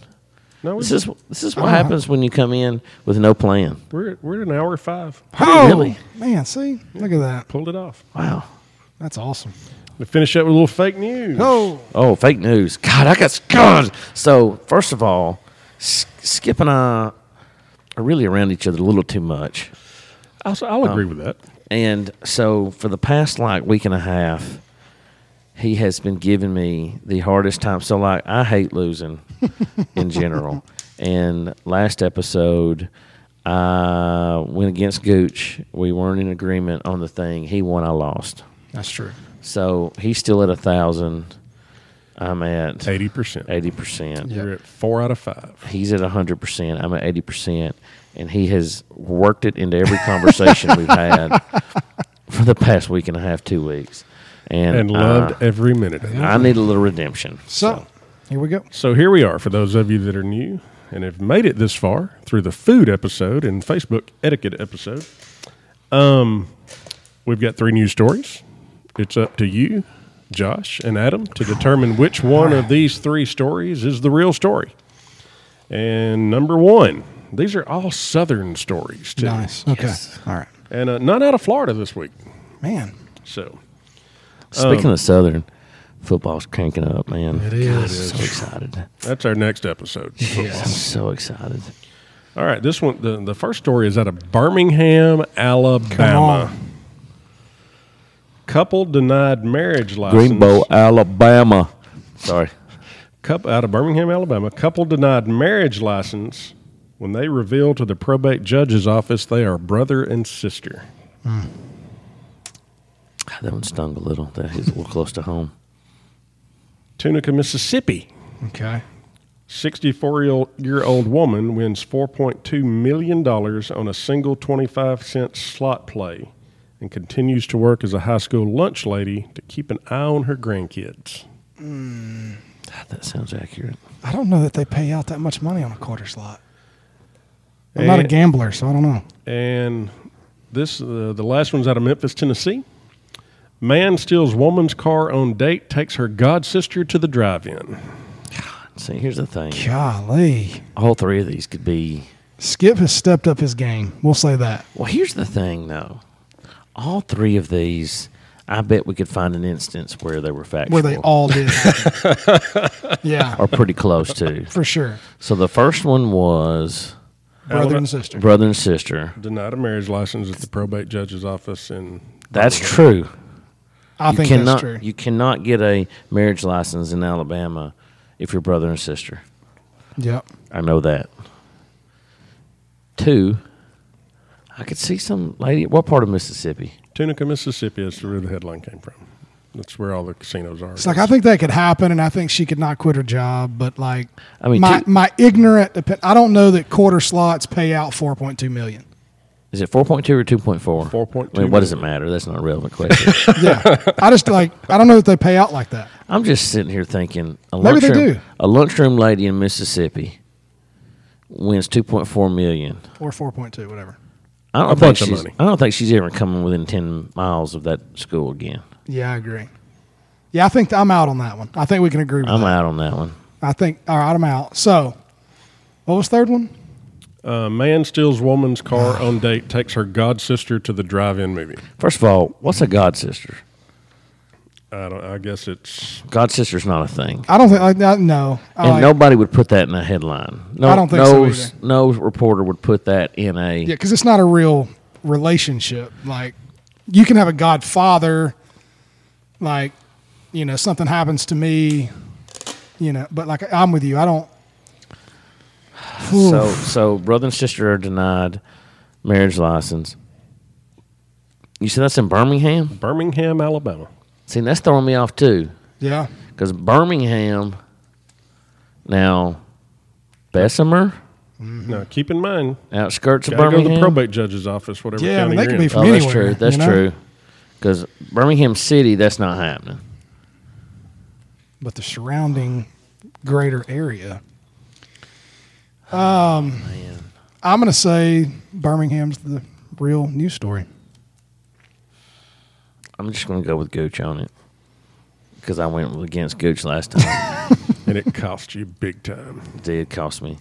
Speaker 2: No, we-
Speaker 1: This is this
Speaker 3: Oh.
Speaker 1: is what happens when you come in with no plan.
Speaker 2: we're, we're at an hour five.
Speaker 3: oh
Speaker 1: really?
Speaker 3: man, see? Look at that.
Speaker 2: Pulled it off.
Speaker 1: Wow.
Speaker 3: That's awesome.
Speaker 2: To finish up with a little fake news.
Speaker 3: Oh,
Speaker 1: Oh, fake news. God, I got God. So first of all, S- Skip and I are really around each other a little too much.
Speaker 2: I'll, I'll agree
Speaker 1: Um,
Speaker 2: with that.
Speaker 1: And so for the past like week and a half, he has been giving me the hardest time. So like I hate losing in general. And last episode, I went against Gooch. We weren't in agreement on the thing. He won. I lost.
Speaker 3: that's true.
Speaker 1: So he's still at a thousand. I'm at
Speaker 2: 80%.
Speaker 1: eighty percent.
Speaker 2: You're at four out of five.
Speaker 1: He's at hundred percent. I'm at eighty percent, and he has worked it into every conversation we've had for the past week and a half, two weeks, and,
Speaker 2: And loved
Speaker 1: uh,
Speaker 2: every minute of it.
Speaker 1: I need a little redemption.
Speaker 3: So here we go.
Speaker 2: So here we are for those of you that are new and have made it this far through the food episode and Facebook etiquette episode. Um, we've got three news stories. It's up to you, Josh and Adam, to determine which one of these three stories is the real story. And number one, these are all Southern stories, too.
Speaker 3: Nice. Okay.
Speaker 1: Yes.
Speaker 3: All right.
Speaker 2: And uh, none out of Florida this week.
Speaker 3: Man.
Speaker 2: So
Speaker 1: Speaking of Southern, football's cranking up, man. It
Speaker 3: is.
Speaker 1: God, I'm so excited.
Speaker 2: that's our next episode.
Speaker 1: I'm so excited.
Speaker 2: All right, this one, the, the first story is out of Birmingham, Alabama.
Speaker 3: on.
Speaker 2: Couple denied marriage license.
Speaker 1: Greenbow, Alabama. Sorry.
Speaker 2: Coup- out of Birmingham, Alabama. Couple denied marriage license when they reveal to the probate judge's office they are brother and sister.
Speaker 1: God, That one stung a little. That is a little close to home.
Speaker 2: Tunica, Mississippi.
Speaker 3: Okay.
Speaker 2: 64 year- year old woman wins $4.2 million on a single 25 cent slot play and continues to work as a high school lunch lady to keep an eye on her grandkids.
Speaker 1: God, that sounds accurate.
Speaker 3: I don't know that they pay out that much money on a quarter slot. I'm not a
Speaker 2: And-
Speaker 3: gambler, so I don't know.
Speaker 2: And this, uh, the last one's out of Memphis, Tennessee. Man steals woman's car on date, takes her god sister to the drive-in.
Speaker 1: See, here's the thing.
Speaker 3: Golly.
Speaker 1: All three of these could be
Speaker 3: Skip has stepped up his game. We'll say that.
Speaker 1: Well, here's the thing, though. All three of these, I bet we could find an instance where they were factual.
Speaker 3: Where they all did. happen. yeah,
Speaker 1: are pretty close to.
Speaker 3: for sure.
Speaker 1: So the first one was
Speaker 3: Brother
Speaker 2: Alabama-
Speaker 3: and sister.
Speaker 1: brother and sister.
Speaker 2: Denied a marriage license at the probate judge's office in
Speaker 1: That's true.
Speaker 3: I
Speaker 1: you
Speaker 3: think
Speaker 1: cannot,
Speaker 3: that's true.
Speaker 1: You cannot get a marriage license in Alabama if you're brother and sister.
Speaker 3: yep.
Speaker 1: I know that. Two, I could see some lady. What part of Mississippi?
Speaker 2: Tunica, Mississippi is where the headline came from. That's where all the casinos are.
Speaker 3: It's like I think that could happen, and I think she could not quit her job. But like,
Speaker 1: I mean,
Speaker 3: my
Speaker 1: two-
Speaker 3: my ignorant, opi- I don't know that quarter slots pay out four point two million.
Speaker 1: Is it four point two or two point four?
Speaker 2: 4.2
Speaker 1: I mean, what does it matter? That's not a relevant question.
Speaker 3: Yeah, I just like I don't know that they pay out like that.
Speaker 1: I'm just sitting here thinking a
Speaker 3: Maybe they
Speaker 1: lunchroom,
Speaker 3: do.
Speaker 1: a lunchroom lady in Mississippi wins 2.4 million.
Speaker 3: or four point two, whatever.
Speaker 1: I don't
Speaker 2: A
Speaker 1: think
Speaker 2: bunch of
Speaker 1: she's,
Speaker 2: money.
Speaker 1: I don't think she's ever coming within 10 miles of that school again.
Speaker 3: Yeah, I agree. Yeah, I think I'm out on that one. I think we can agree. With
Speaker 1: I'm
Speaker 3: that.
Speaker 1: out on that one.
Speaker 3: I think all right, I'm out. So, what was the third one?
Speaker 2: Uh, man steals woman's car on date, takes her god sister to the drive-in movie.
Speaker 1: First of all, what's a god sister?
Speaker 2: I don't. I guess it's
Speaker 1: God sister's not a thing.
Speaker 3: I don't think like that. No, I,
Speaker 1: and
Speaker 3: like-
Speaker 1: nobody would put that in a headline. No,
Speaker 3: Uh, I don't think so
Speaker 1: no,
Speaker 3: either.
Speaker 1: s- no reporter would put that in a.
Speaker 3: yeah, because it's not a real relationship. Like, you can have a godfather. Like, you know, something happens to me. You know, but like I'm with you. I don't.
Speaker 1: So, so brother and sister are denied marriage license. You said that's in Birmingham.
Speaker 2: Birmingham, Alabama.
Speaker 1: See, that's throwing me off too,
Speaker 3: Yeah,
Speaker 1: because Birmingham. Now, Bessemer,
Speaker 2: Now, keep in mind,
Speaker 1: outskirts of
Speaker 2: gotta go to the
Speaker 1: Birmingham.
Speaker 2: probate judge's office, whatever
Speaker 3: Yeah, I
Speaker 2: county
Speaker 3: mean, they
Speaker 2: you're
Speaker 3: could
Speaker 2: in.
Speaker 3: be
Speaker 1: oh,
Speaker 3: from
Speaker 1: that's
Speaker 3: anywhere,
Speaker 1: true.
Speaker 3: you
Speaker 1: That's
Speaker 3: know?
Speaker 1: true. Because Birmingham City, that's not happening.
Speaker 3: but the surrounding greater area. Um, I'm gonna say Birmingham's the real news story.
Speaker 1: I'm just going to go with Gooch on it, because I went against Gooch last time.
Speaker 2: and it costs you big time.
Speaker 1: did cost me.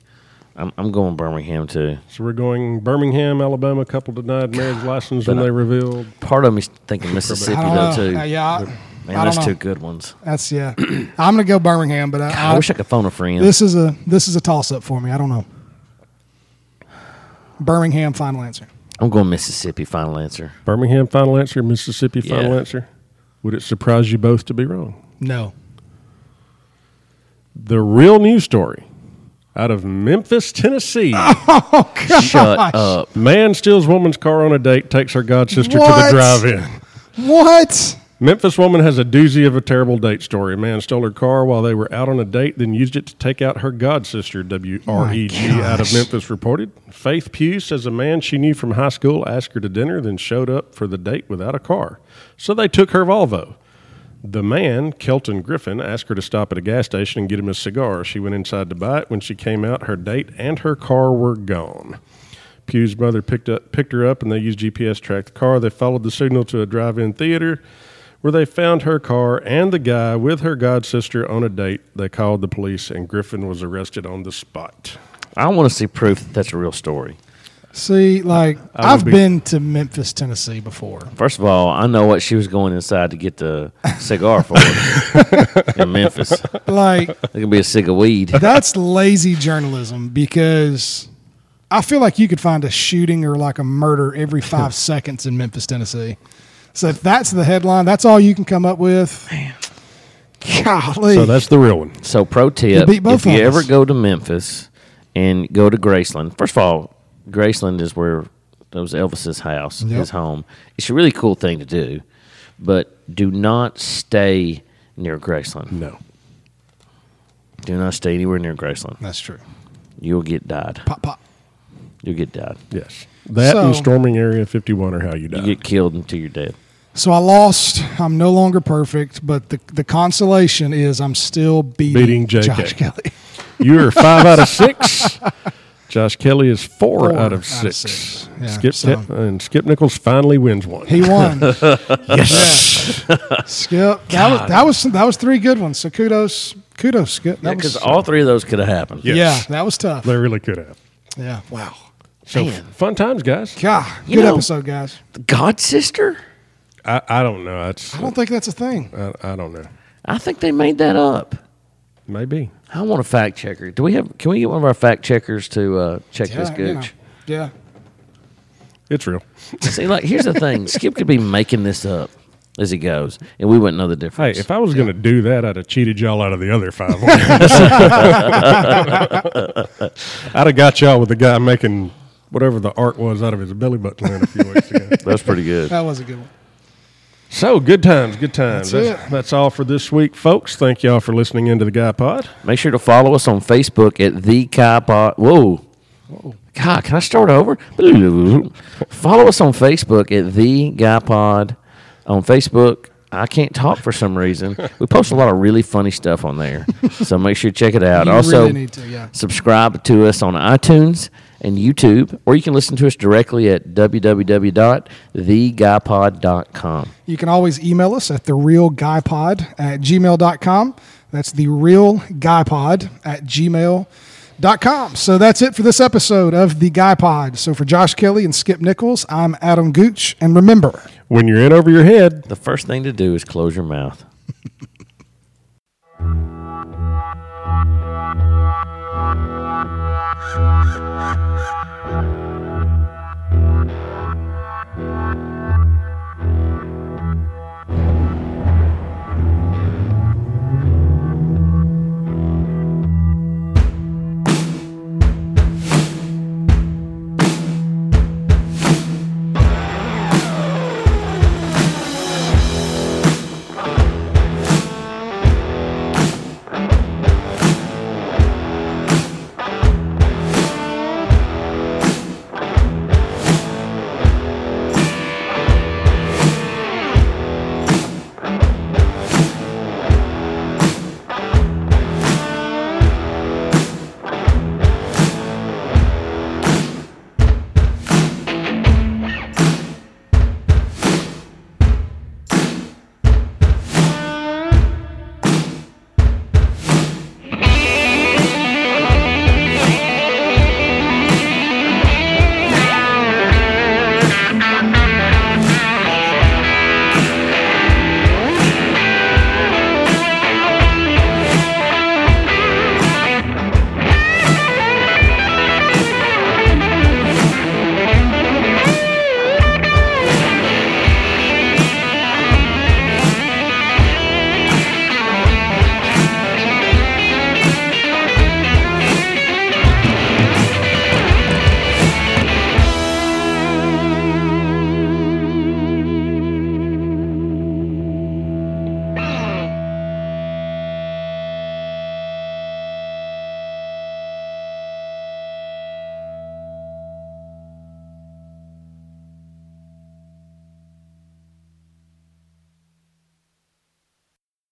Speaker 1: I'm, I'm going Birmingham too.
Speaker 2: So we're going Birmingham, Alabama. Couple denied marriage license when
Speaker 1: But I-
Speaker 2: they revealed.
Speaker 1: Part of me's thinking Mississippi
Speaker 3: I
Speaker 1: though
Speaker 3: don't know.
Speaker 1: too.
Speaker 3: Uh, yeah, I,
Speaker 1: Man,
Speaker 3: I don't
Speaker 1: there's
Speaker 3: know.
Speaker 1: two good ones.
Speaker 3: That's yeah. I'm gonna go Birmingham, but I,
Speaker 1: I,
Speaker 3: I-
Speaker 1: wish I could phone a friend.
Speaker 3: this is a this is a toss up for me. I don't know. Birmingham final answer.
Speaker 1: I'm going Mississippi. Final answer.
Speaker 2: Birmingham final answer, Mississippi final
Speaker 1: Yeah.
Speaker 2: answer. Would it surprise you both to be wrong?
Speaker 3: No.
Speaker 2: The real news story out of Memphis, Tennessee.
Speaker 3: Oh gosh.
Speaker 1: Shut up.
Speaker 2: Man steals woman's car on a date, takes her god sister to the
Speaker 3: What?
Speaker 2: drive-in.
Speaker 3: What?
Speaker 2: Memphis woman has a doozy of a terrible date story. A man stole her car while they were out on a date, then used it to take out her god sister, WREG,
Speaker 3: My
Speaker 2: E out of
Speaker 3: gosh.
Speaker 2: Memphis reported. Faith Pugh says a man she knew from high school asked her to dinner, then showed up for the date without a car. So they took her Volvo. The man, Kelton Griffin, asked her to stop at a gas station and get him a cigar. She went inside to buy it. When she came out, her date and her car were gone. Pugh's mother picked up picked her up and they used GPS to track the car. They followed the signal to a drive in theater where they found her car and the guy with her god sister on a date. They called the police and Griffin was arrested on the spot.
Speaker 1: I want to see proof that that's a real story.
Speaker 3: See, like
Speaker 2: I would
Speaker 3: I've
Speaker 2: be-
Speaker 3: been to Memphis, Tennessee before.
Speaker 1: First of all, I know what she was going inside to get the cigar for in Memphis. It
Speaker 3: Like
Speaker 1: could be a cig of weed.
Speaker 3: that's lazy journalism because I feel like you could find a shooting or like a murder every five seconds in Memphis, Tennessee. So if that's the headline, that's all you can come up with. Man. Golly.
Speaker 2: So that's the real one.
Speaker 1: So pro
Speaker 3: You
Speaker 1: tip:
Speaker 3: beat both
Speaker 1: if you
Speaker 3: of
Speaker 1: ever
Speaker 3: us.
Speaker 1: go to Memphis and go to Graceland, first of all, Graceland is where that was Elvis's house,
Speaker 3: Yep.
Speaker 1: his home. It's a really cool thing to do, but do not stay near Graceland.
Speaker 2: No.
Speaker 1: Do not stay anywhere near Graceland.
Speaker 3: that's true.
Speaker 1: You'll get died.
Speaker 3: Pop, pop.
Speaker 1: You'll get died.
Speaker 2: Yes. That and
Speaker 3: So-
Speaker 2: storming Area 51 are how you
Speaker 1: You
Speaker 2: die.
Speaker 1: get killed until you're dead.
Speaker 3: So I lost. I'm no longer perfect, but the, the consolation is I'm still beating,
Speaker 2: Beating JK.
Speaker 3: Josh Kelly.
Speaker 2: You're five out of six. Josh Kelly is four,
Speaker 3: Four
Speaker 2: out of
Speaker 3: out of
Speaker 2: six.
Speaker 3: six. Yeah,
Speaker 2: Skip
Speaker 3: so-
Speaker 2: Tit- and Skip Nichols finally wins one.
Speaker 3: He won. yes. Skip. That was, that was that was three good ones. So kudos, kudos, Skip. That
Speaker 1: Because
Speaker 3: was,
Speaker 1: all three of those could have happened.
Speaker 2: Yeah.
Speaker 3: yeah, that was tough.
Speaker 2: they really could have.
Speaker 3: Yeah. Wow.
Speaker 2: So fun times, guys.
Speaker 3: God,
Speaker 1: You
Speaker 3: good
Speaker 1: know-
Speaker 3: episode, guys.
Speaker 1: God sister?
Speaker 2: I, I don't know. That's,
Speaker 3: I don't think that's a thing.
Speaker 1: Uh,
Speaker 2: I, I don't know.
Speaker 1: I think they made that up.
Speaker 2: Maybe.
Speaker 1: I want a fact checker. Do we have? Can we get one of our fact checkers to uh, check this
Speaker 3: Yeah,
Speaker 1: gooch?
Speaker 3: you know. Yeah.
Speaker 2: It's real.
Speaker 1: See, like, here's the thing. Skip could be making this up. as it goes, and we wouldn't know the difference.
Speaker 2: Hey, if I was going to do that, I'd have cheated y'all out of the other five. winners. I'd have got y'all with the guy making whatever the art was out of his belly button then a few weeks ago.
Speaker 1: That's pretty good.
Speaker 3: That was a good one.
Speaker 2: So good times, good times.
Speaker 3: That's it.
Speaker 2: that's all for this week, folks. Thank y'all for listening into the Guy Pod.
Speaker 1: Make sure to follow us on Facebook at the Kai Pod. Whoa. God, can I start over? follow us on Facebook at the Guy Pod. On Facebook, I can't talk for some reason. We post a lot of really funny stuff on there. so make sure you check it out.
Speaker 3: You
Speaker 1: also
Speaker 3: really need to, yeah.
Speaker 1: subscribe to us on iTunes and YouTube, or you can listen to us directly at www.theguypod.com.
Speaker 3: You can always email us at therealguypod at gmail.com. That's the real guypod at gmail.com. So that's it for this episode of the Guy Pod. So for Josh Kelly and Skip Nichols, I'm Adam Gooch. And remember,
Speaker 2: When you're in over your head,
Speaker 1: The first thing to do is close your mouth.